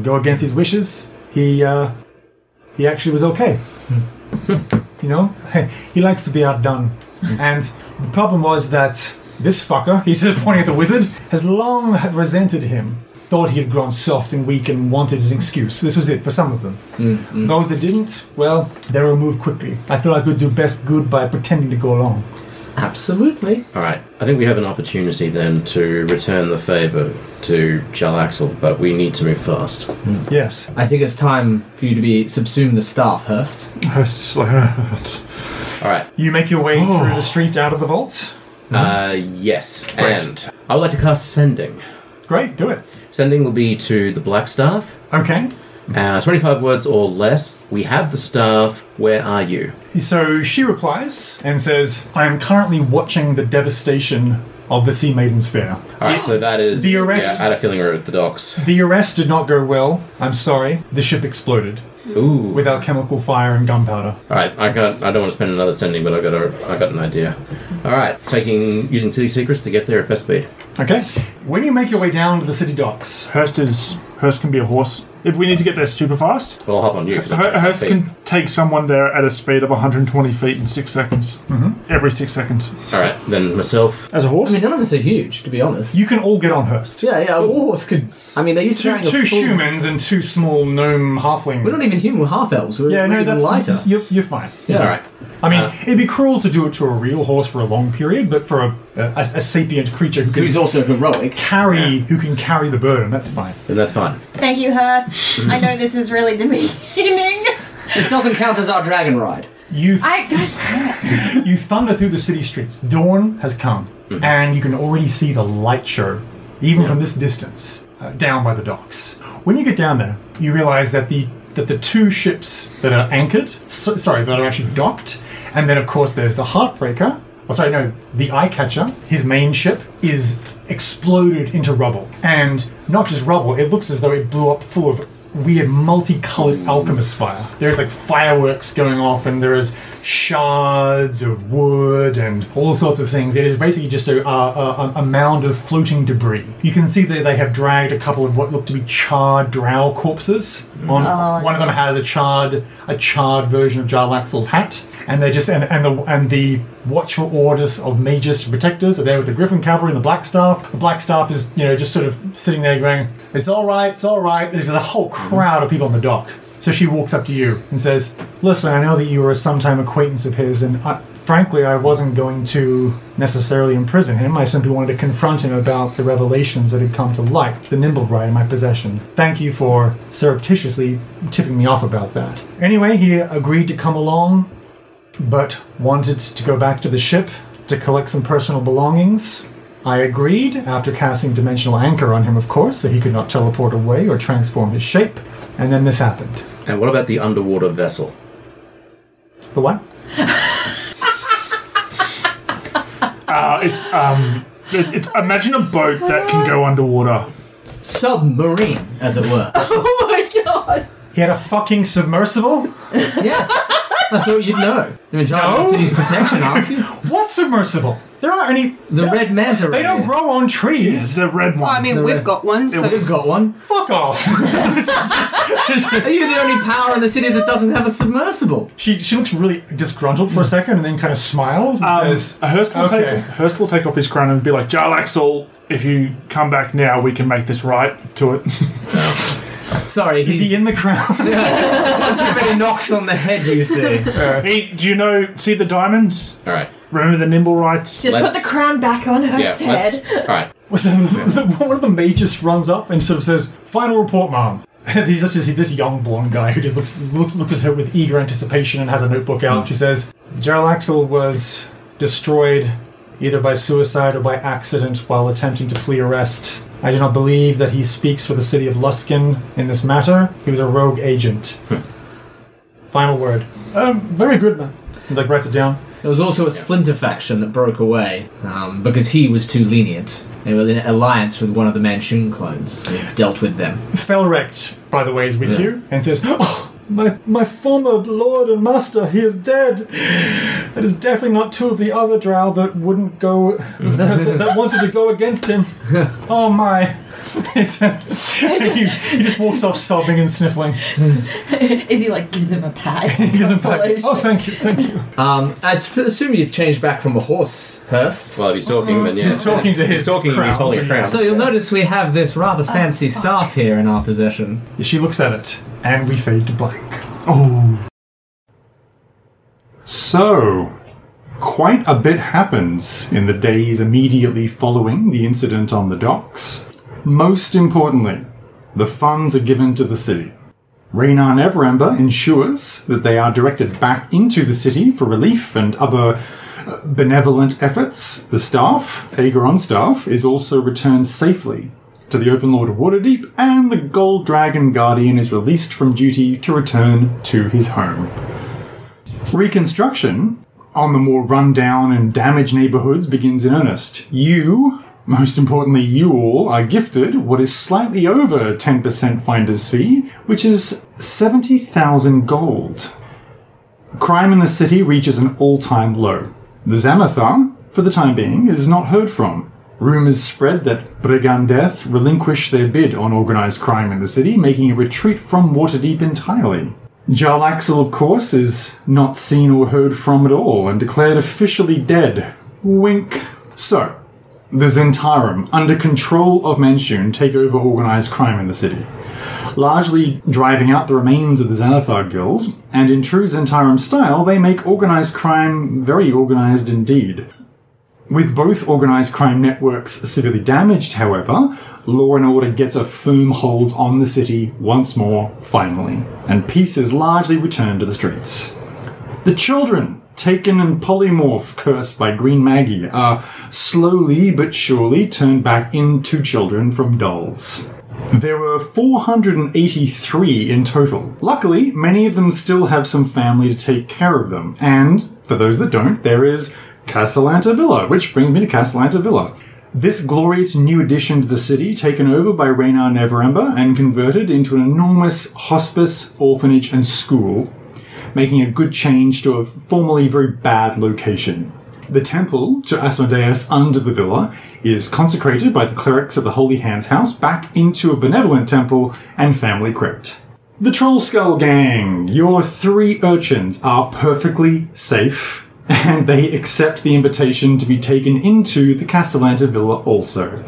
S3: go against his wishes, he uh, he actually was okay. you know, he likes to be outdone. and the problem was that this fucker, he says, pointing at the wizard, has long had resented him. Thought he had grown soft and weak and wanted an excuse. This was it for some of them. Those that didn't, well, they were moved quickly. I thought I could do best good by pretending to go along.
S4: Absolutely.
S8: All right. I think we have an opportunity then to return the favor to Jalaxel, but we need to move fast.
S3: Yes.
S4: I think it's time for you to be subsume the staff, Hurst.
S7: Hurst is like,
S8: All right.
S3: You make your way
S4: Oh.
S3: through the streets out of the vault.
S8: Uh, yes. And I would like to cast Sending.
S3: Great, do it.
S8: Sending will be to the Black Staff.
S3: Okay.
S8: Uh, 25 words or less. We have the staff. Where are you?
S3: So she replies and says, I am currently watching the devastation of the Sea Maiden's Fair.
S8: All right, so that is
S3: The arrest-
S8: Yeah, I had a feeling we were at the docks.
S3: The arrest did not go well. I'm sorry. The ship exploded
S8: Ooh.
S3: without chemical fire and gunpowder.
S8: All right, I got. I don't want to spend another sending, but I got. A, I got an idea. All right, taking using city secrets to get there at best speed.
S3: Okay. When you make your way down to the city docks,
S7: Hurst is Hurst can be a horse. If we need to get there super fast,
S8: Well, I'll hop on you. 'cause I'm
S7: Hur-
S8: taking
S7: Hurst
S8: speed.
S7: can take someone there at a speed of 120 feet in six seconds. Mm-hmm. Every six seconds.
S8: All right, then myself.
S7: As a
S4: I
S7: horse?
S4: mean, none of us are huge, to be honest.
S3: you can all get on Hurst.
S4: Yeah, yeah, a warhorse could. I mean, they used to
S3: Two,
S4: carrying a
S3: two
S4: full-
S3: humans and two small gnome halfling.
S4: We're not even human, we're half elves. We're,
S3: yeah,
S4: we're
S3: no,
S4: even
S3: that's
S4: lighter.
S3: You're, you're fine.
S4: Yeah.
S8: All right.
S3: I mean,
S8: Uh,
S3: it'd be cruel to do it to a real horse for a long period, but for a, a, a sapient creature who can
S4: Who's also heroic.
S3: carry who can carry the burden, that's fine.
S8: Then that's fine.
S10: Thank you, Hurst. I know this is really demeaning.
S4: This doesn't count as our dragon ride.
S3: You
S10: I
S3: You thunder through the city streets. Dawn has come, and you can already see the light show, even from this distance, uh, down by the docks. When you get down there, you realize that the that the two ships that are anchored, so, sorry, that are actually docked, and then of course there's the Heartbreaker. Oh, sorry, no, the Eye Catcher. His main ship is exploded into rubble, and not just rubble. It looks as though it blew up full of weird multicolored alchemist fire. There's like fireworks going off, and there is shards of wood and all sorts of things. It is basically just a, a, a, a mound of floating debris. You can see that they have dragged a couple of what look to be charred drow corpses. On one of them has a charred a charred version of Jarlaxle's hat, and they just and, and the and the watchful orders of mages and protectors are there with the Griffin cavalry and the Black Staff. The Black Staff is you know just sort of sitting there going, "It's all right, it's all right." There's a whole crowd of people on the dock. So she walks up to you and says, "Listen, I know that you were a sometime acquaintance of his, and I, frankly, I wasn't going to necessarily imprison him. I simply wanted to confront him about the revelations that had come to light, the nimble rye in my possession. Thank you for surreptitiously tipping me off about that. Anyway, he agreed to come along, but wanted to go back to the ship to collect some personal belongings." I agreed, after casting Dimensional Anchor on him, of course, so he could not teleport away or transform his shape. And then this happened.
S8: And what about the underwater vessel?
S3: The what?
S7: Uh, it's um it, it's imagine a boat that can go underwater.
S4: Submarine, as it were.
S5: Oh my god!
S3: He had a fucking submersible?
S4: yes. I thought you'd know. You're in charge of
S3: No.
S4: the city's protection, aren't you?
S3: What submersible? There aren't any.
S4: The red manta.
S3: They don't grow on trees.
S7: It's a red one.
S2: I mean,
S4: No,
S2: we've
S4: no.
S2: got one, so
S4: We've Oh, got one.
S3: Fuck off.
S4: Are you the only power in the city that doesn't have a submersible?
S3: she, she looks really disgruntled for a second and then kind of smiles and
S7: um,
S3: says,
S7: Hurst will
S3: okay.
S7: take Hurst will take off his crown and be like, Jarlaxle, if you come back now, we can make this right to it.
S4: Sorry,
S3: Is
S4: he's
S3: he in the crown?
S4: too many knocks on the head, you see.
S7: hey, do you know? See the diamonds?
S8: All right.
S7: Remember the nimble rights?
S5: Just put
S8: Let's-
S5: the crown back on her
S8: Yeah.
S5: head.
S8: Let's, all right.
S3: so the, one of the mages runs up and sort of says, Final report, ma'am. He's just this, this young blonde guy who just looks, looks looks at her with eager anticipation and has a notebook out. She says, Gerald Axel was destroyed either by suicide or by accident while attempting to flee arrest. I do not believe that he speaks for the city of Luskin in this matter. He was a rogue agent. Final word. Hmm. Um, very good, man. And, Like writes it down.
S4: There was also a splinter faction that broke away um, because he was too lenient. They were in an alliance with one of the Manchun clones. We've dealt with them.
S3: Felrecht, by the way, is with you and says, Oh, my, my former lord and master, he is dead. That is definitely not two of the other drow that wouldn't go, that wanted to go against him. Oh my. he, he just walks off sobbing and sniffling.
S5: Izzy like gives him a pat.
S3: He gives him back. Oh, thank you, thank you.
S4: Um, I s- assume you've changed back from a horse, Hurst.
S8: Well, if he's talking, then yeah.
S3: He's talking to his
S8: He's talking and he's
S3: crowd,
S8: holding a
S3: so-
S8: crown.
S4: So you'll notice we have this rather fancy staff here in our possession.
S3: She looks at it, and we fade to black.
S6: Oh,
S3: So, quite a bit happens in the days immediately following the incident on the docks. Most importantly, the funds are given to the city. Raynar Neverember ensures that they are directed back into the city for relief and other uh, benevolent efforts. The staff, Aegoron staff, is also returned safely to the Open Lord of Waterdeep, and the Gold Dragon Guardian is released from duty to return to his home. Reconstruction on the more rundown and damaged neighborhoods begins in earnest. You, most importantly, you all, are gifted what is slightly over 10% finder's fee, which is 70,000 gold. Crime in the city reaches an all time low. The Zamathar, for the time being, is not heard from. Rumors spread that Brigandeth relinquished their bid on organized crime in the city, making a retreat from Waterdeep entirely. Jarl Axel, of course, is not seen or heard from at all and declared officially dead. Wink. So, the Zentarum, under control of Manchun, take over organized crime in the city, largely driving out the remains of the Xanathar Guild, and in true Zentarum style, they make organized crime very organized indeed. With both organised crime networks severely damaged, however, law and order gets a firm hold on the city once more, finally, and peace is largely returned to the streets. The children, taken and polymorph cursed by Green Maggie, are slowly but surely turned back into children from dolls. There were 483 in total. Luckily, many of them still have some family to take care of them, and for those that don't, there is Castellanta Villa, which brings me to Castellanta Villa. This glorious new addition to the city, taken over by Raynar Neverember and converted into an enormous hospice, orphanage, and school, making a good change to a formerly very bad location. The temple to Asmodeus under the villa is consecrated by the clerics of the Holy Hands House back into a benevolent temple and family crypt. The Troll Skull Gang, your three urchins are perfectly safe, and they accept the invitation to be taken into the Castellanta Villa also.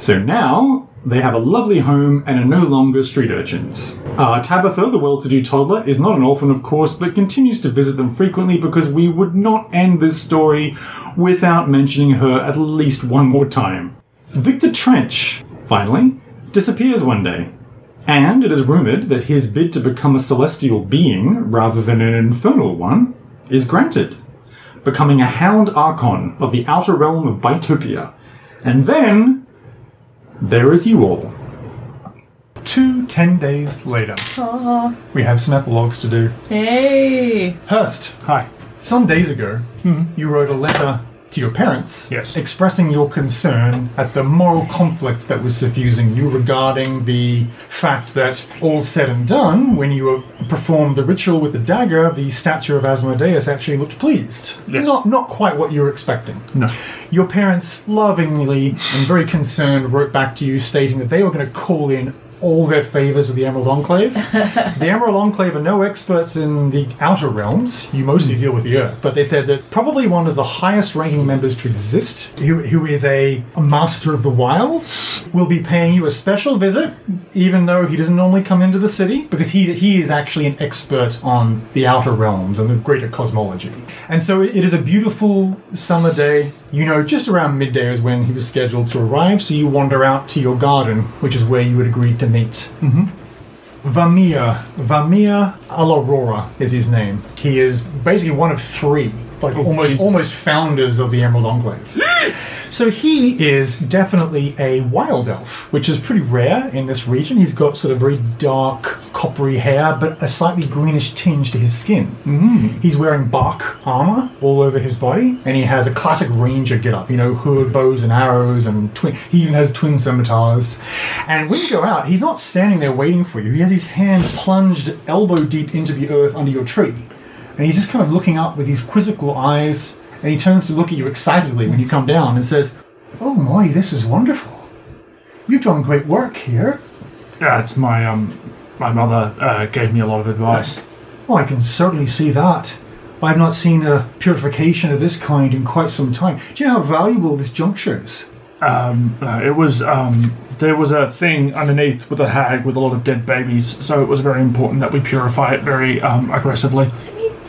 S3: So now they have a lovely home and are no longer street urchins. Uh, Tabitha, the well to do toddler, is not an orphan, of course, but continues to visit them frequently because we would not end this story without mentioning her at least one more time. Victor Trench, finally, disappears one day. And it is rumored that his bid to become a celestial being rather than an infernal one is granted, becoming a hound archon of the outer realm of Bytopia. And then there is you all. Two ten days later, we have some epilogues to do.
S5: Hey.
S3: Hurst,
S7: Hi. Hmm.
S3: some days ago, you wrote a letter to your parents
S7: Yes.
S3: expressing your concern at the moral conflict that was suffusing you regarding the fact that all said and done, when you uh, performed the ritual with the dagger, the statue of Asmodeus actually looked pleased.
S7: Yes.
S3: Not, not quite what you were expecting.
S7: No.
S3: Your parents lovingly and very concerned wrote back to you stating that they were going to call in all their favors with the Emerald Enclave. the Emerald Enclave are no experts in the outer realms. You mostly deal with the Earth. But they said that probably one of the highest ranking members to exist, who, who is a, a master of the wilds, will be paying you a special visit, even though he doesn't normally come into the city, because he, he is actually an expert on the outer realms and the greater cosmology. And so it is a beautiful summer day. You know, just around midday is when he was scheduled to arrive, so you wander out to your garden, which is where you had agreed to meet. Vamir. Vamir Alarora is his name. He is basically one of three, like almost almost founders of the Emerald Enclave. so he is definitely a wild elf, which is pretty rare in this region. He's got sort of very dark, coppery hair, but a slightly greenish tinge to his skin. Mm. He's wearing bark armor all over his body, and he has a classic ranger getup. You know, hood, bows, and arrows, and twin. He even has twin scimitars. And when you go out, he's not standing there waiting for you. He has his hand plunged elbow deep into the earth under your tree. and he's just kind of looking up with his quizzical eyes, and he turns to look at you excitedly when you come down and says, "Oh my, this is wonderful! You've done great work here."
S7: Yeah, it's my um, my mother uh, gave me a lot of advice.
S3: Oh, I can certainly see that. I've not seen a purification of this kind in quite some time. Do you know how valuable this juncture is?
S7: Um, uh, it was um, there was a thing underneath with a hag with a lot of dead babies, so it was very important that we purify it very um, aggressively.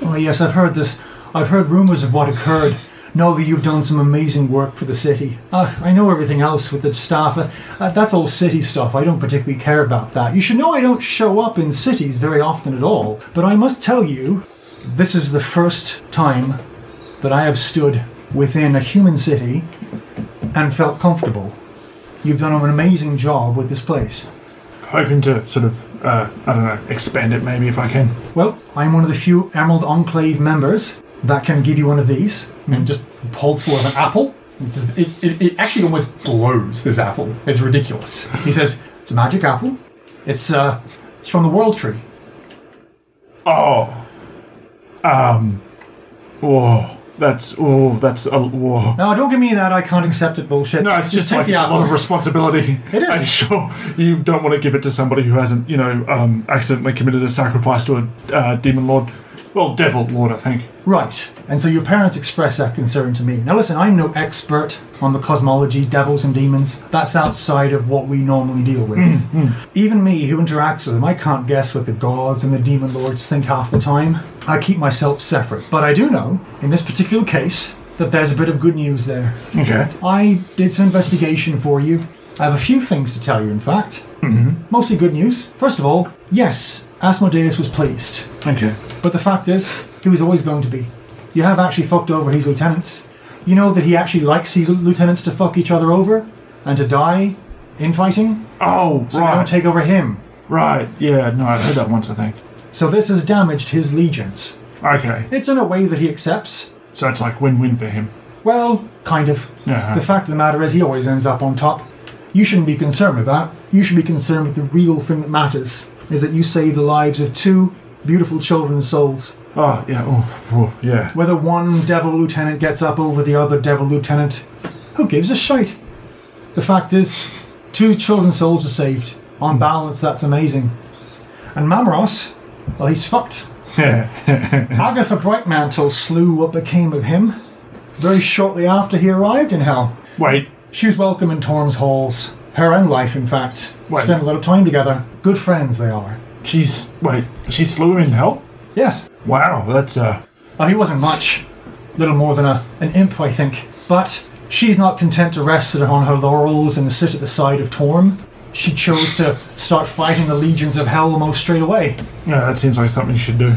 S3: Oh yes, I've heard this. I've heard rumors of what occurred. Know that you've done some amazing work for the city. Uh, I know everything else with the staff. Uh, uh, that's all city stuff. I don't particularly care about that. You should know I don't show up in cities very often at all. But I must tell you, this is the first time that I have stood within a human city and felt comfortable. You've done an amazing job with this place.
S7: Hoping to sort of uh, I don't know expand it maybe if I can.
S3: Well, I'm one of the few Emerald Enclave members that can give you one of these. And just pulls forth an apple. It's, it, it, it actually almost glows, this apple. It's ridiculous. He says, It's a magic apple. It's, uh, it's from the World Tree.
S7: Oh, um, whoa, that's oh, that's a whoa.
S3: No, don't give me that. I can't accept it bullshit.
S7: No, it's just, like it's a lot of responsibility.
S3: It is.
S7: And sure, you don't want to give it to somebody who hasn't, you know, um, accidentally committed a sacrifice to a uh, demon lord. Well, devil lord, I think.
S3: Right. And so your parents express that concern to me. Now, listen, I'm no expert on the cosmology, devils and demons. That's outside of what we normally deal with. Even me, who interacts with them, I can't guess what the gods and the demon lords think half the time. I keep myself separate. But I do know, in this particular case, that there's a bit of good news there.
S7: Okay.
S3: I did some investigation for you. I have a few things to tell you, in fact.
S7: Hmm.
S3: Mm-hmm. Mostly good news. First of all, yes, Asmodeus was pleased.
S7: Okay.
S3: But the fact is, he was always going to be. You have actually fucked over his lieutenants. You know that he actually likes his lieutenants to fuck each other over and to die in fighting,
S7: Oh,
S3: so they
S7: right,
S3: don't take over him.
S7: right. Yeah, no, I heard that once. I think.
S3: So this has damaged his legions.
S7: Okay,
S3: It's in a way that he accepts.
S7: so it's like win-win for him.
S3: Well, kind of.
S7: Yeah.
S3: The fact of the matter is, he always ends up on top. You shouldn't be concerned with that. You should be concerned with the real thing that matters is that you save the lives of two beautiful children's souls.
S7: Oh yeah. Oh, oh, yeah.
S3: Whether one devil lieutenant gets up over the other devil lieutenant, who gives a shite? The fact is, two children's souls are saved. On balance, that's amazing. And Mamros, well, he's fucked. Agatha Brightmantle slew what became of him very shortly after he arrived in Hell.
S7: Wait.
S3: She was welcome in Torm's halls. Her and life, in fact.
S7: Wait.
S3: Spent a lot of time together. Good friends they are.
S7: She's wait. She slew him in hell.
S3: Yes.
S7: Wow. That's uh.
S3: Uh, he wasn't much. Little more than a, an imp, I think. But she's not content to rest on her laurels and sit at the side of Torm. She chose to start fighting the legions of Hell almost straight away.
S7: Yeah, that seems like something you should do.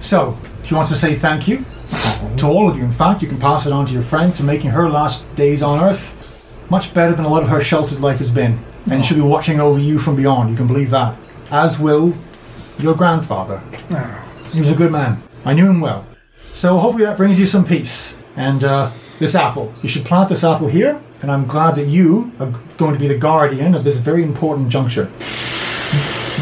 S3: So, she wants to say thank you to all of you. In fact, you can pass it on to your friends for making her last days on Earth much better than a lot of her sheltered life has been. And she'll be watching over you from beyond, you can believe that. As will your grandfather. He was a good man. I knew him well. So, hopefully, that brings you some peace. And uh, this apple. You should plant this apple here, and I'm glad that you are going to be the guardian of this very important juncture.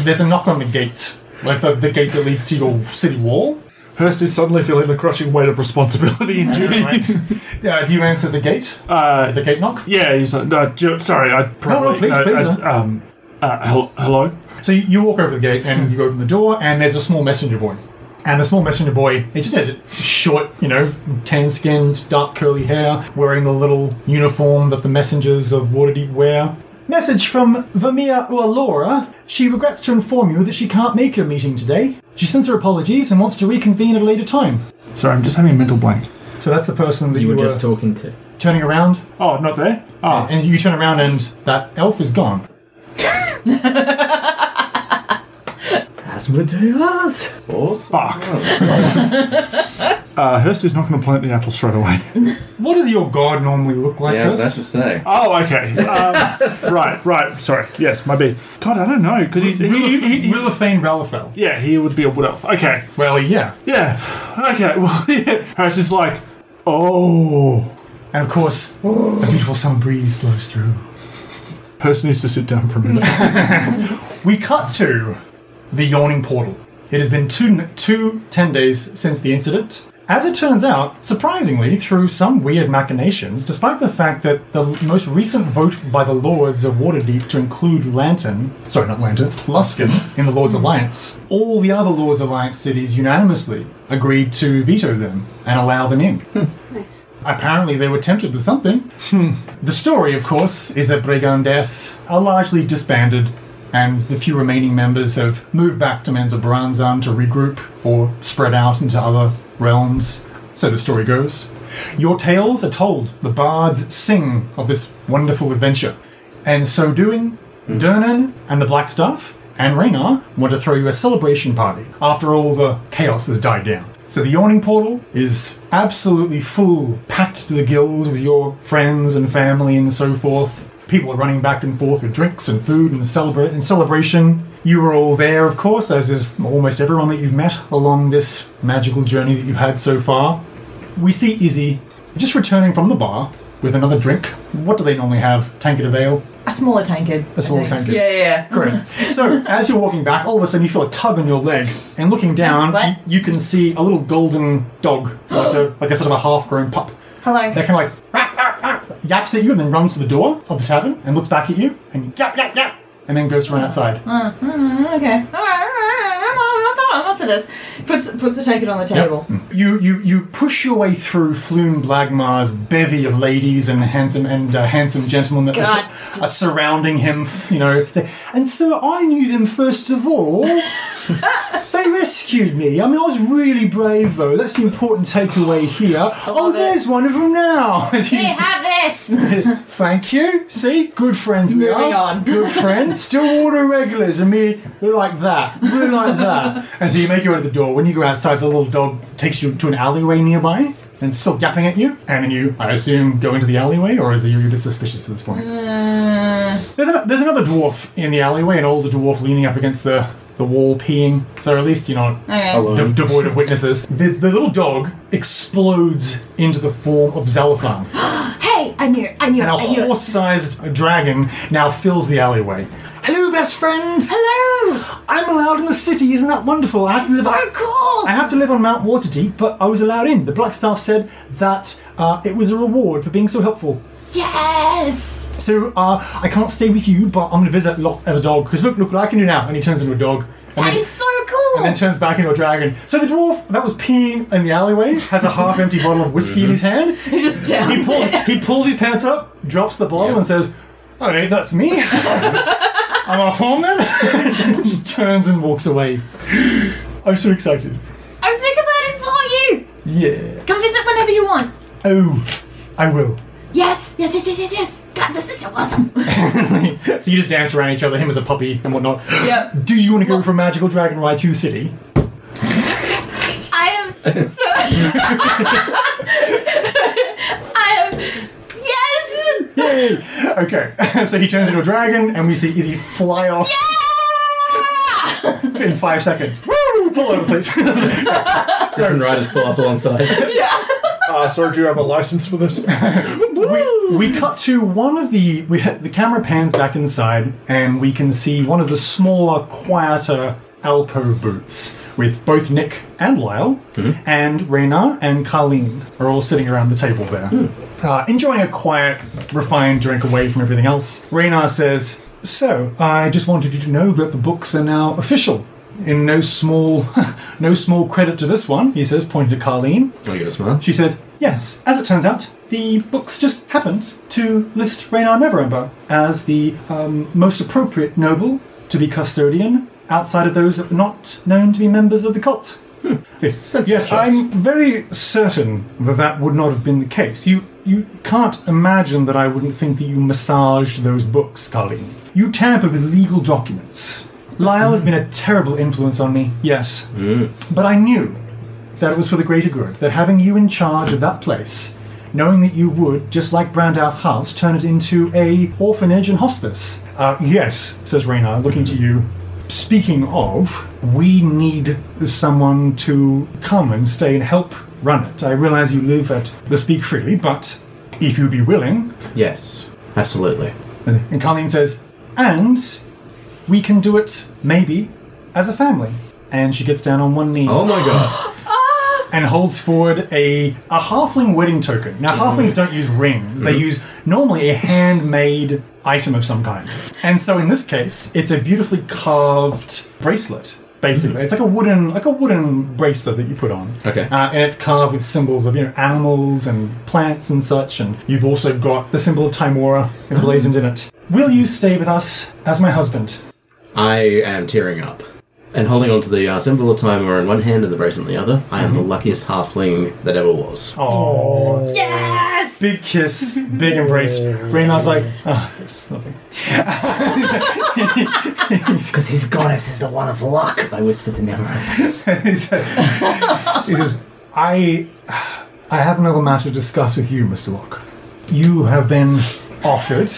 S3: There's a knock on the gate, like the, the gate that leads to your city wall.
S7: Hurst is suddenly feeling the crushing weight of responsibility and duty.
S3: Uh, do you answer the gate?
S7: uh,
S3: The gate knock?
S7: yeah, he's like, no, ju- sorry, I probably.
S3: please, please,
S7: it's,
S3: no.
S7: um, uh, hel- hello?
S3: So you, you walk over the gate and you open the door, and there's a small messenger boy. And the small messenger boy, he just had a short, you know, tan skinned, dark curly hair, wearing the little uniform that the messengers of Waterdeep wear. Message from Vamia Ualora. She regrets to inform you that she can't make her meeting today. She sends her apologies and wants to reconvene at a later time.
S7: Sorry, I'm just having a mental blank.
S3: So that's the person that
S4: You
S3: you,
S4: were
S3: were
S4: just talking to.
S3: turning around,
S7: Oh, not there? Oh,
S3: and you turn around, and that elf is gone.
S4: Asmodeus!
S8: Awesome.
S7: fuck. uh, Hurst is not going to plant the apple straight away.
S3: What does your god normally look like?
S8: Yeah, I was
S3: Hurst?
S8: about to say.
S7: Oh, okay. Um, right, right. Sorry. Yes, my bad. God, I don't know, because he's. He, he, he-
S3: Willifane Ralphel.
S7: yeah, he would be a wood elf. Okay.
S3: Well, yeah.
S7: Yeah. Okay. Well, yeah. Hurst is like, oh.
S3: And of course, the beautiful summer breeze blows through.
S7: Hurst needs to sit down for a minute.
S3: We cut to the yawning portal. It has been two, two 10 days since the incident. As it turns out, surprisingly, through some weird machinations, despite the fact that the l- most recent vote by the Lords of Waterdeep to include Lantern, sorry, not Lantern, Luskin in the Lords Alliance, all the other Lords Alliance cities unanimously agreed to veto them and allow them in.
S11: Nice.
S3: Apparently, they were tempted with something. The story, of course, is that Brigand Death are largely disbanded, and the few remaining members have moved back to Menza Branzan to regroup or spread out into other realms. So the story goes. Your tales are told, the bards sing of this wonderful adventure. And so doing, Dernan and the Black Staff and Raynar want to throw you a celebration party after all the chaos has died down. So the Yawning Portal is absolutely full, packed to the gills with your friends and family and so forth. People are running back and forth with drinks and food and celebra- and celebration. You are all there, of course, as is almost everyone that you've met along this magical journey that you've had so far. We see Izzy just returning from the bar with another drink. What do they normally have? Tankard of ale?
S5: A smaller tankard.
S3: A smaller
S5: I think.
S3: tankard.
S5: Yeah, yeah, yeah.
S3: Correct. So, as you're walking back, all of a sudden you feel a tug on your leg, and looking down, you can see a little golden dog, like a, like a sort of a half-grown pup.
S10: Hello.
S3: That kind of like "Rah, rah, rah," yaps at you, and then runs to the door of the tavern and looks back at you, and yap yap yap, and then goes to run outside.
S5: Uh, mm, okay. All right, all right, I'm, up, I'm up for this. Puts puts the tankard on the
S3: Yep. Mm.
S5: table.
S3: You, you you push your way through Floon Blagmar's bevy of ladies and handsome and uh, handsome gentlemen that are,
S5: God.
S3: sur- are surrounding him. You know, Say, and so I knew them first of all. They rescued me. I mean, I was really brave, though. That's the important takeaway here. Oh, there's one of them now. As you-
S10: Here, have this.
S3: Thank you. See, good friends we
S10: Moving
S3: are.
S10: on.
S3: good friends. Stillwater regulars. I mean, we're like that. We're like that. And so you make your way to the door. When you go outside, the little dog takes you to an alleyway nearby and it's still yapping at you. And then you, I assume, go into the alleyway, or is it you a bit suspicious at this point?
S10: Uh.
S3: There's, an, there's another dwarf in the alleyway, an older dwarf leaning up against the, the wall peeing. So at least you're not
S5: Okay.
S3: de-
S5: Alone.
S3: devoid of witnesses. The, the little dog explodes into the form of Xalafan.
S10: hey, I knew, it, I knew, it,
S3: and a
S10: I knew. it.
S3: horse-sized dragon now fills the alleyway. Hello, best friend.
S10: Hello.
S3: I'm allowed in the city. Isn't that wonderful? I have to live
S10: so cool.
S3: I have to live on Mount Waterdeep, but I was allowed in. The black staff said that uh, it was a reward for being so helpful.
S10: Yes.
S3: So uh, I can't stay with you, but I'm going to visit lots as a dog. Because look, look what I can do now. And he turns into a dog. And
S10: That
S3: then-
S10: is so cool.
S3: and then turns back into a dragon. So the dwarf that was peeing in the alleyway has a half-empty bottle of whiskey in his hand. He
S5: just downs
S3: he pulls, he pulls his pants up, drops the bottle, and says, "All right, that's me. I'm off home then." just turns and walks away. I'm so excited.
S10: I'm so excited for
S3: Yeah.
S10: you. Come visit whenever you want.
S3: Oh, I will.
S10: Yes, yes, yes, yes, yes, yes. God, this is so awesome.
S3: So you just dance around each other, him as a puppy and whatnot.
S10: Yeah.
S3: Do you want to go for a magical dragon ride through the city?
S10: I am so. I am. Yes.
S3: Yay! Okay, so he turns into a dragon, and we see Izzy fly off. In five seconds. Woo! Pull over, please.
S12: Seven riders pull up alongside.
S7: Uh, sorry, do you have a license for this?
S3: we, we cut to one of the. We ha- the camera pans back inside, and we can see one of the smaller, quieter alcove booths with both Nick and Lyle, and Rena and Carleen are all sitting around the table there, uh, enjoying a quiet, refined drink away from everything else. Rena says, "So I just wanted you to know that the books are now official." In no small, no small credit to this one, he says, pointing to Carleen.
S8: I get a smile.
S3: She says, Yes, as it turns out, the books just happened to list Raynar Neverember as the um, most appropriate noble to be custodian outside of those that were not known to be members of the cult. Yes, yes I'm very certain that that would not have been the case. You, you can't imagine that I wouldn't think that you massaged those books, Carleen. You tamper with legal documents. Lyle has been a terrible influence on me, yes. But I knew that it was for the greater good, that having you in charge of that place, knowing that you would, just like Brandouth House, turn it into a orphanage and hospice. Uh, yes, says Raynar, looking to you. Speaking of, we need someone to come and stay and help run it. I realize you live at the Speak Freely, but if you be willing.
S12: Yes, absolutely.
S3: And Carleen says, and we can do it, maybe, as a family. and she gets down on one knee.
S12: Oh my god.
S3: and holds forward a, a halfling wedding token. Now, halflings don't use rings, they
S12: Mhm.
S3: use normally a handmade item of some kind. And so in this case, it's a beautifully carved bracelet. Basically, it's like a wooden, like a wooden bracelet that you put on.
S12: Okay.
S3: Uh, and it's carved with symbols of you know animals and plants and such. And you've also got the symbol of Timora emblazoned in it. Will you stay with us as my husband?
S12: I am tearing up. And holding on to the uh, symbol of time in one hand and the bracelet in the other, I am the luckiest halfling that ever was.
S3: Oh, yes! Big kiss, big embrace. Reynard's like, ah, it's nothing.
S4: Because his goddess is the one of luck, I whispered to Nevera.
S3: he said- he says, I, I have another matter to discuss with you, Mr. Locke. You have been offered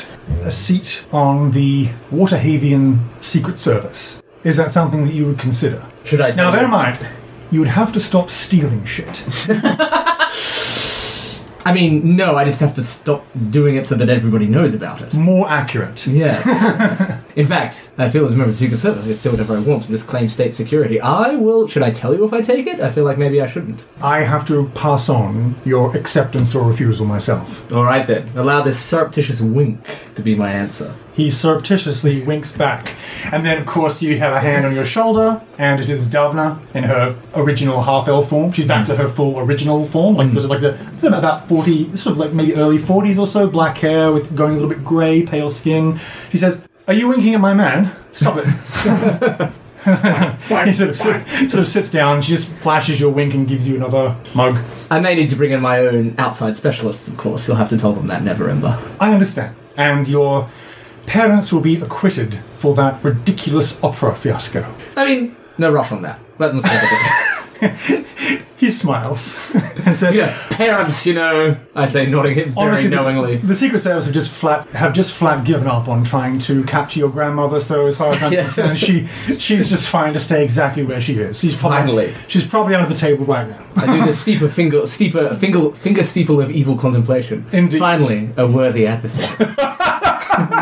S3: a seat on the Waterhavian Secret Service. Is that something that you would consider?
S12: Should I tell
S3: Now, bear in
S12: you?
S3: mind, you would have to stop stealing shit.
S4: I mean, no, I just have to stop doing it so that everybody knows about
S7: Mm.
S4: it.
S3: More accurate.
S4: Yes. In fact, I feel as a member of the Secret Service, I can say whatever I want and just claim state security. I will. Should I tell you if I take it? I feel like maybe I shouldn't.
S3: I have to pass on your acceptance or refusal myself.
S4: Alright then, allow this surreptitious wink to be my answer.
S3: He surreptitiously winks back. And then, of course, you have a hand on your shoulder, and it is Davna in her original half elf form. She's back to her full original form, like, the, like the sort of about 40, sort of like maybe early 40s or so, black hair with going a little bit grey, pale skin. She says, Are you winking at my man? Stop it. he sort of, sort of sits down, she just flashes your wink and gives you another mug.
S4: I may need to bring in my own outside specialists, of course. You'll have to tell them that, never remember.
S3: I understand. And your parents will be acquitted for that ridiculous opera fiasco.
S4: I mean, no rush on that. Let them sort it.
S3: He smiles and says,
S4: yeah, parents, you know, I say nodding it very
S3: Honestly,
S4: knowingly.
S3: the, the Secret Service have just flat have just flat given up on trying to capture your grandmother. So as far as I'm
S4: Yeah.
S3: concerned, she she's just fine to stay exactly where she is. She's probably,
S4: Finally.
S3: she's probably under the table right now.
S4: I do the steeper finger, steeper finger, finger steeple of evil contemplation. Indeed. Finally, a worthy adversary.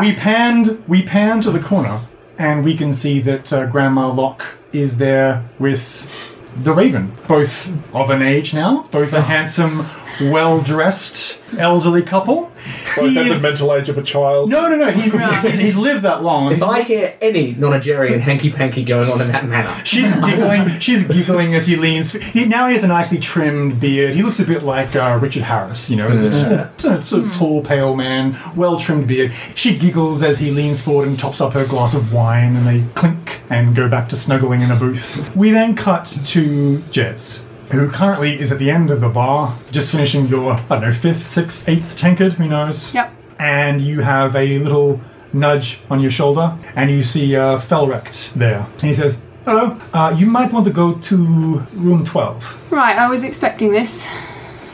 S3: we panned we pan to the corner, and we can see that uh, Grandma Locke is there with the Raven, both of an age now, both a handsome, well-dressed elderly couple. He-
S7: the mental age of a child.
S3: no, no, no. He's, he's, he's lived that long.
S4: If I hear any nonagerry and hanky panky going on in that manner,
S3: She's giggling. She's giggling as he leans. He, now he has a nicely trimmed beard. He looks a bit like uh, Richard Harris, you know, as a
S4: Yeah.
S3: sort of, sort of tall, pale man, well trimmed beard. She giggles as he leans forward and tops up her glass of wine, and they clink and go back to snuggling in a booth. We then cut to Jez. Who currently is at the end of the bar, just finishing your, I don't know, fifth, sixth, eighth tankard, who knows?
S2: Yep.
S3: and you have a little nudge on your shoulder, and you see uh, Felrecht there. And he says, Hello, uh, you might want to go to room 12.
S2: Right, I was expecting this.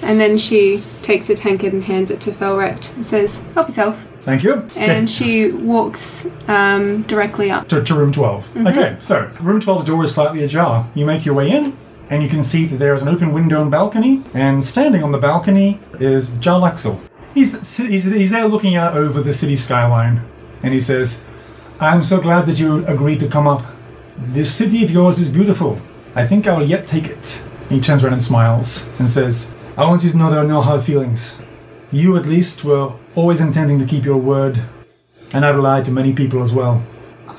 S2: And then she takes a tankard and hands it to Felrecht and says, Help yourself.
S3: Thank you.
S2: And she walks um, directly up.
S3: to, to room 12.
S2: Mhm.
S3: Okay, so room 12's door is slightly ajar. You make your way in, and you can see that there is an open window and balcony, and standing on the balcony is Jarlaxle. He's, he's, he's there looking out over the city skyline, and he says, I'm so glad that you agreed to come up. This city of yours is beautiful. I think I will yet take it. And he turns around and smiles and says, I want you to know there are no hard feelings. You, at least, were always intending to keep your word, and I've lied to many people as well.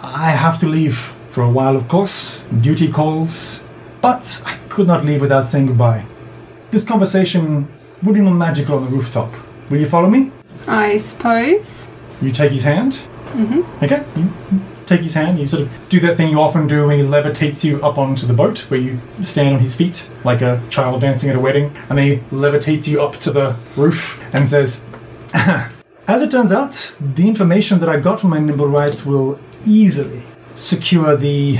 S3: I have to leave for a while, of course. Duty calls. But I could not leave without saying goodbye. This conversation would be more magical on the rooftop. Will you follow me?
S2: I suppose.
S3: You take his hand.
S2: hmm
S3: Okay. You take his hand. You sort of do that thing you often do when he levitates you up onto the boat, where you stand on his feet like a child dancing at a wedding, and then he levitates you up to the roof and says, As it turns out, the information that I got from my nimble rights will easily secure the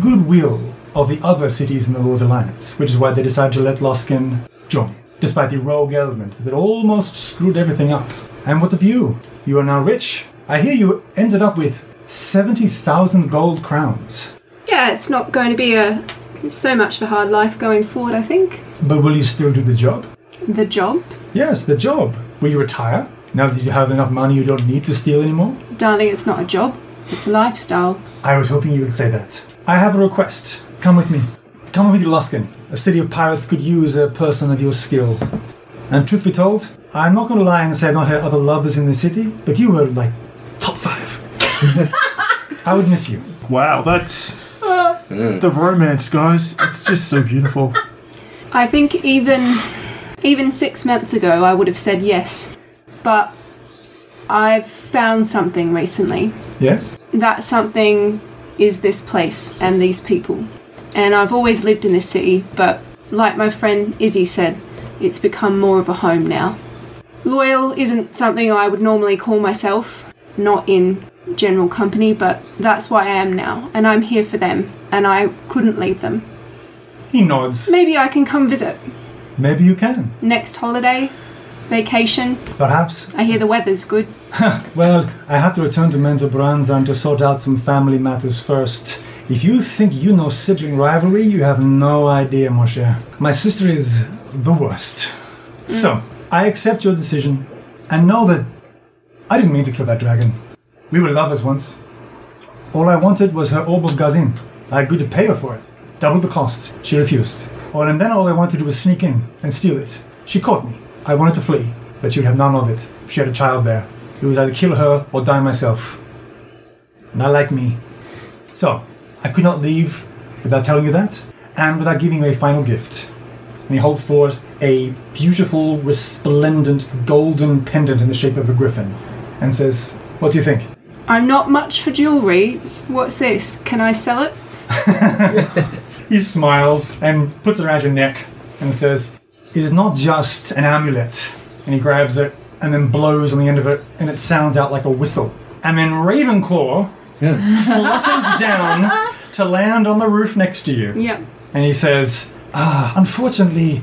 S3: goodwill of the other cities in the Lord's Alliance, which is why they decided to let Loskin join, despite the rogue element that almost screwed everything up. And what of you? You are now rich. I hear you ended up with 70,000 gold crowns.
S2: Yeah, it's not going to be a so much of a hard life going forward, I think.
S3: But will you still do the job?
S2: The job.
S3: Yes, the job. Will you retire? Now that you have enough money, you don't need to steal anymore?
S2: Darling, it's not a job, it's a lifestyle.
S3: I was hoping you would say that. I have a request. Come with me. Come with you, Luskin. A city of pirates could use a person of your skill. And truth be told, I'm not going to lie and say I've not had other lovers in the city, but you were like top five. I would miss you.
S7: Wow, that's
S3: Uh.
S7: the romance, guys. It's just so beautiful.
S2: I think even even six months ago, I would have said yes, but I've found something recently.
S3: Yes?
S2: That something is this place and these people, and I've always lived in this city, but like my friend Izzy said, it's become more of a home now. Loyal isn't something I would normally call myself, not in general company, but that's why I am now, and I'm here for them, and I couldn't leave them.
S3: He nods.
S2: Maybe I can come visit
S3: Maybe you can.
S2: next holiday, vacation.
S3: Perhaps.
S2: I hear the weather's good.
S3: Well, I have to return to Mentor Branzan to sort out some family matters first. If you think you know sibling rivalry, you have no idea, Moshe. My sister is the worst. So, I accept your decision and know that I didn't mean to kill that dragon. We were lovers once. All I wanted was her orb of Gazin. I agreed to pay her for it, double the cost. She refused. All and then all I wanted to do was sneak in and steal it. She caught me. I wanted to flee, but she would have none of it. She had a child there. It was either kill her or die myself. Not like me. So, I could not leave without telling you that, and without giving you a final gift. And he holds forward a beautiful, resplendent golden pendant in the shape of a griffin, and says, What do you think?
S2: I'm not much for jewellery. What's this? Can I sell it?
S3: He smiles and puts it around your neck and says, It is not just an amulet. And he grabs it and then blows on the end of it, and it sounds out like a whistle. And then Ravenclaw flutters down to land on the roof next to you.
S2: Yep.
S3: And he says, Ah, unfortunately,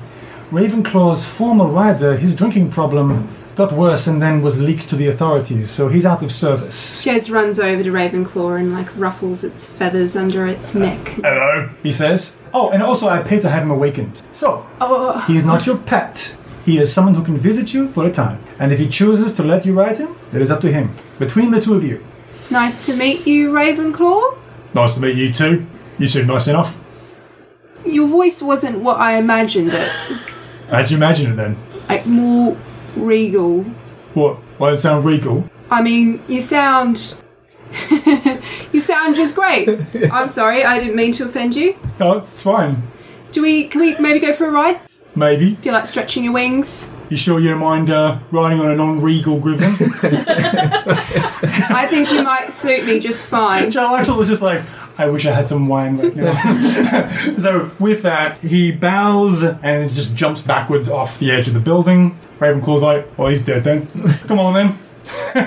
S3: Ravenclaw's former rider, his drinking problem got worse and then was leaked to the authorities, so he's out of service.
S2: Jez runs over to Ravenclaw and like ruffles its feathers under its neck.
S3: Hello, he says. Oh, and also I paid to have him awakened. So,
S2: Oh,
S3: He is not your pet. He is someone who can visit you for a time. And if he chooses to let you ride him, it is up to him. Between the two of you.
S2: nice to meet you, Ravenclaw.
S3: Nice to meet you too. You seem nice enough.
S2: Your voice wasn't what I imagined it.
S3: How'd you imagine it then?
S2: Like more regal.
S3: What? Why it sound regal?
S2: I mean, you sound. you sound just great. I'm sorry, I didn't mean to offend you.
S3: Oh, it's fine.
S2: Do we? Can we maybe go for a ride?
S3: Maybe.
S2: Feel like stretching your wings?
S3: You sure you don't mind uh, riding on a non-regal griffin?
S2: I think you might suit me just fine.
S3: Joel Axel was just like, I wish I had some wine right now. so with that, he bows and just jumps backwards off the edge of the building. Ravenclaw's like, well, he's dead then. Come on then.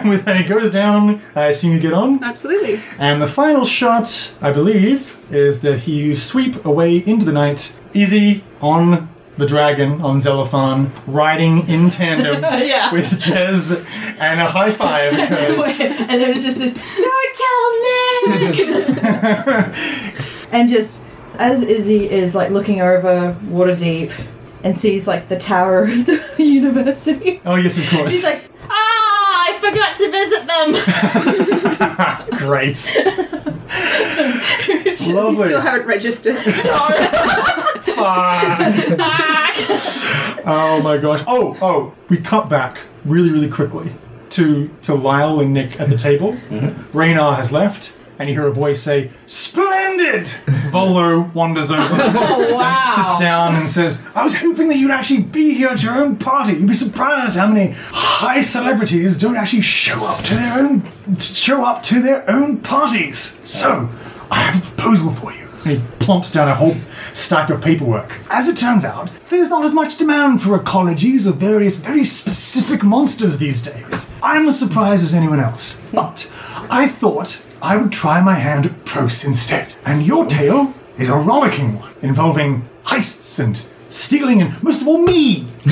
S3: with that, he goes down. I assume you get on.
S2: Absolutely.
S3: And the final shot, I believe, is that he sweep away into the night, Izzy on the dragon, on Xelophon, riding in tandem
S5: Yeah.
S3: with Jez, and a high five occurs.
S5: and there was just this, don't tell Nick!
S9: and just as Izzy is like looking over Waterdeep and sees like the tower of the university,
S3: Oh, yes, of course.
S9: she's like,
S10: Ah, I forgot to visit them.
S3: Great.
S2: You
S3: Lovely.
S2: still haven't registered.
S3: Fuck. oh my gosh. Oh, oh. We cut back really, really quickly to to Lyle and Nick at the table. Raynar has left, and you hear a voice say, "Splendid!" Volo wanders over,
S5: oh,
S3: sits
S5: wow.
S3: down, and says, "I was hoping that you'd actually be here at your own party. You'd be surprised how many high celebrities don't actually show up to their own show up to their own parties." So, I have a proposal for you. And he plumps down a whole stack of paperwork. As it turns out, there's not as much demand for ecologies of various very specific monsters these days. I'm as surprised as anyone else, but I thought I would try my hand at Pros instead. And your tale is a rollicking one, involving heists and stealing and most of all me.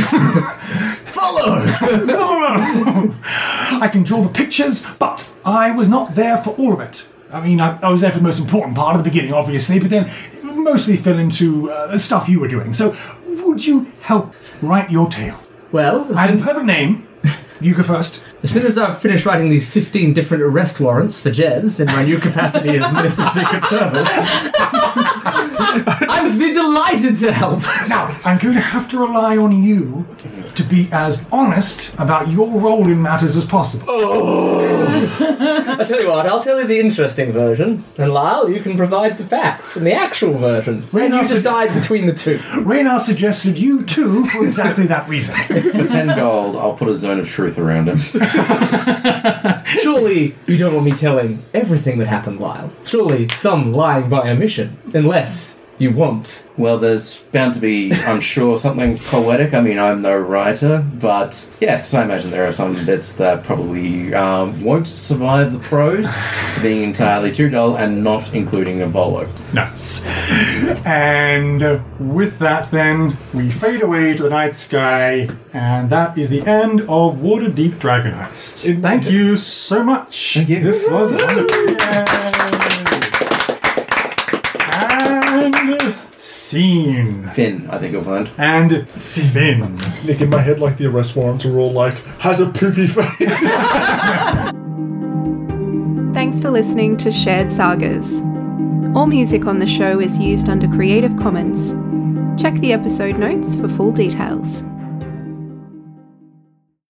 S3: Follow! Follow! I can draw the pictures, but I was not there for all of it. I mean, I, I was there for the most important part of the beginning, obviously, but then it mostly fell into uh, stuff you were doing. So, would you help write your tale?
S4: Well,
S3: I have a perfect name. You go first.
S4: As soon as I've finished writing these 15 different arrest warrants for Jez in my new capacity as Minister of Secret Service, I'd be delighted to help.
S3: Now, I'm going to have to rely on you to be as honest about your role in matters as possible.
S4: I tell you what, I'll tell you the interesting version, and Lyle, you can provide the facts and the actual version. And you decide between the two.
S3: Raynar suggested you two for exactly that reason.
S8: For 10 gold, I'll put a zone of truth around him.
S4: Surely you don't want me telling everything that happened, Lyle. Surely some lying by omission, unless you want.
S8: Well, there's bound to be, I'm sure, something poetic. I mean, I'm no writer, but yes, I imagine there are some bits that probably um, won't survive the prose, being entirely too dull and not including a volo.
S3: Nuts. And uh, with that, then, we fade away to the night sky, and that is the end of Waterdeep Dragon Heist. Thank you so much. Thank you. This was wonderful. Yay. And scene.
S8: Finn, I think you'll find.
S3: And Finn.
S7: Nick, in my head, like the arrest warrants are all like, has a poopy face.
S2: Thanks for listening to Shared Sagas. All music on the show is used under Creative Commons. Check the episode notes for full details.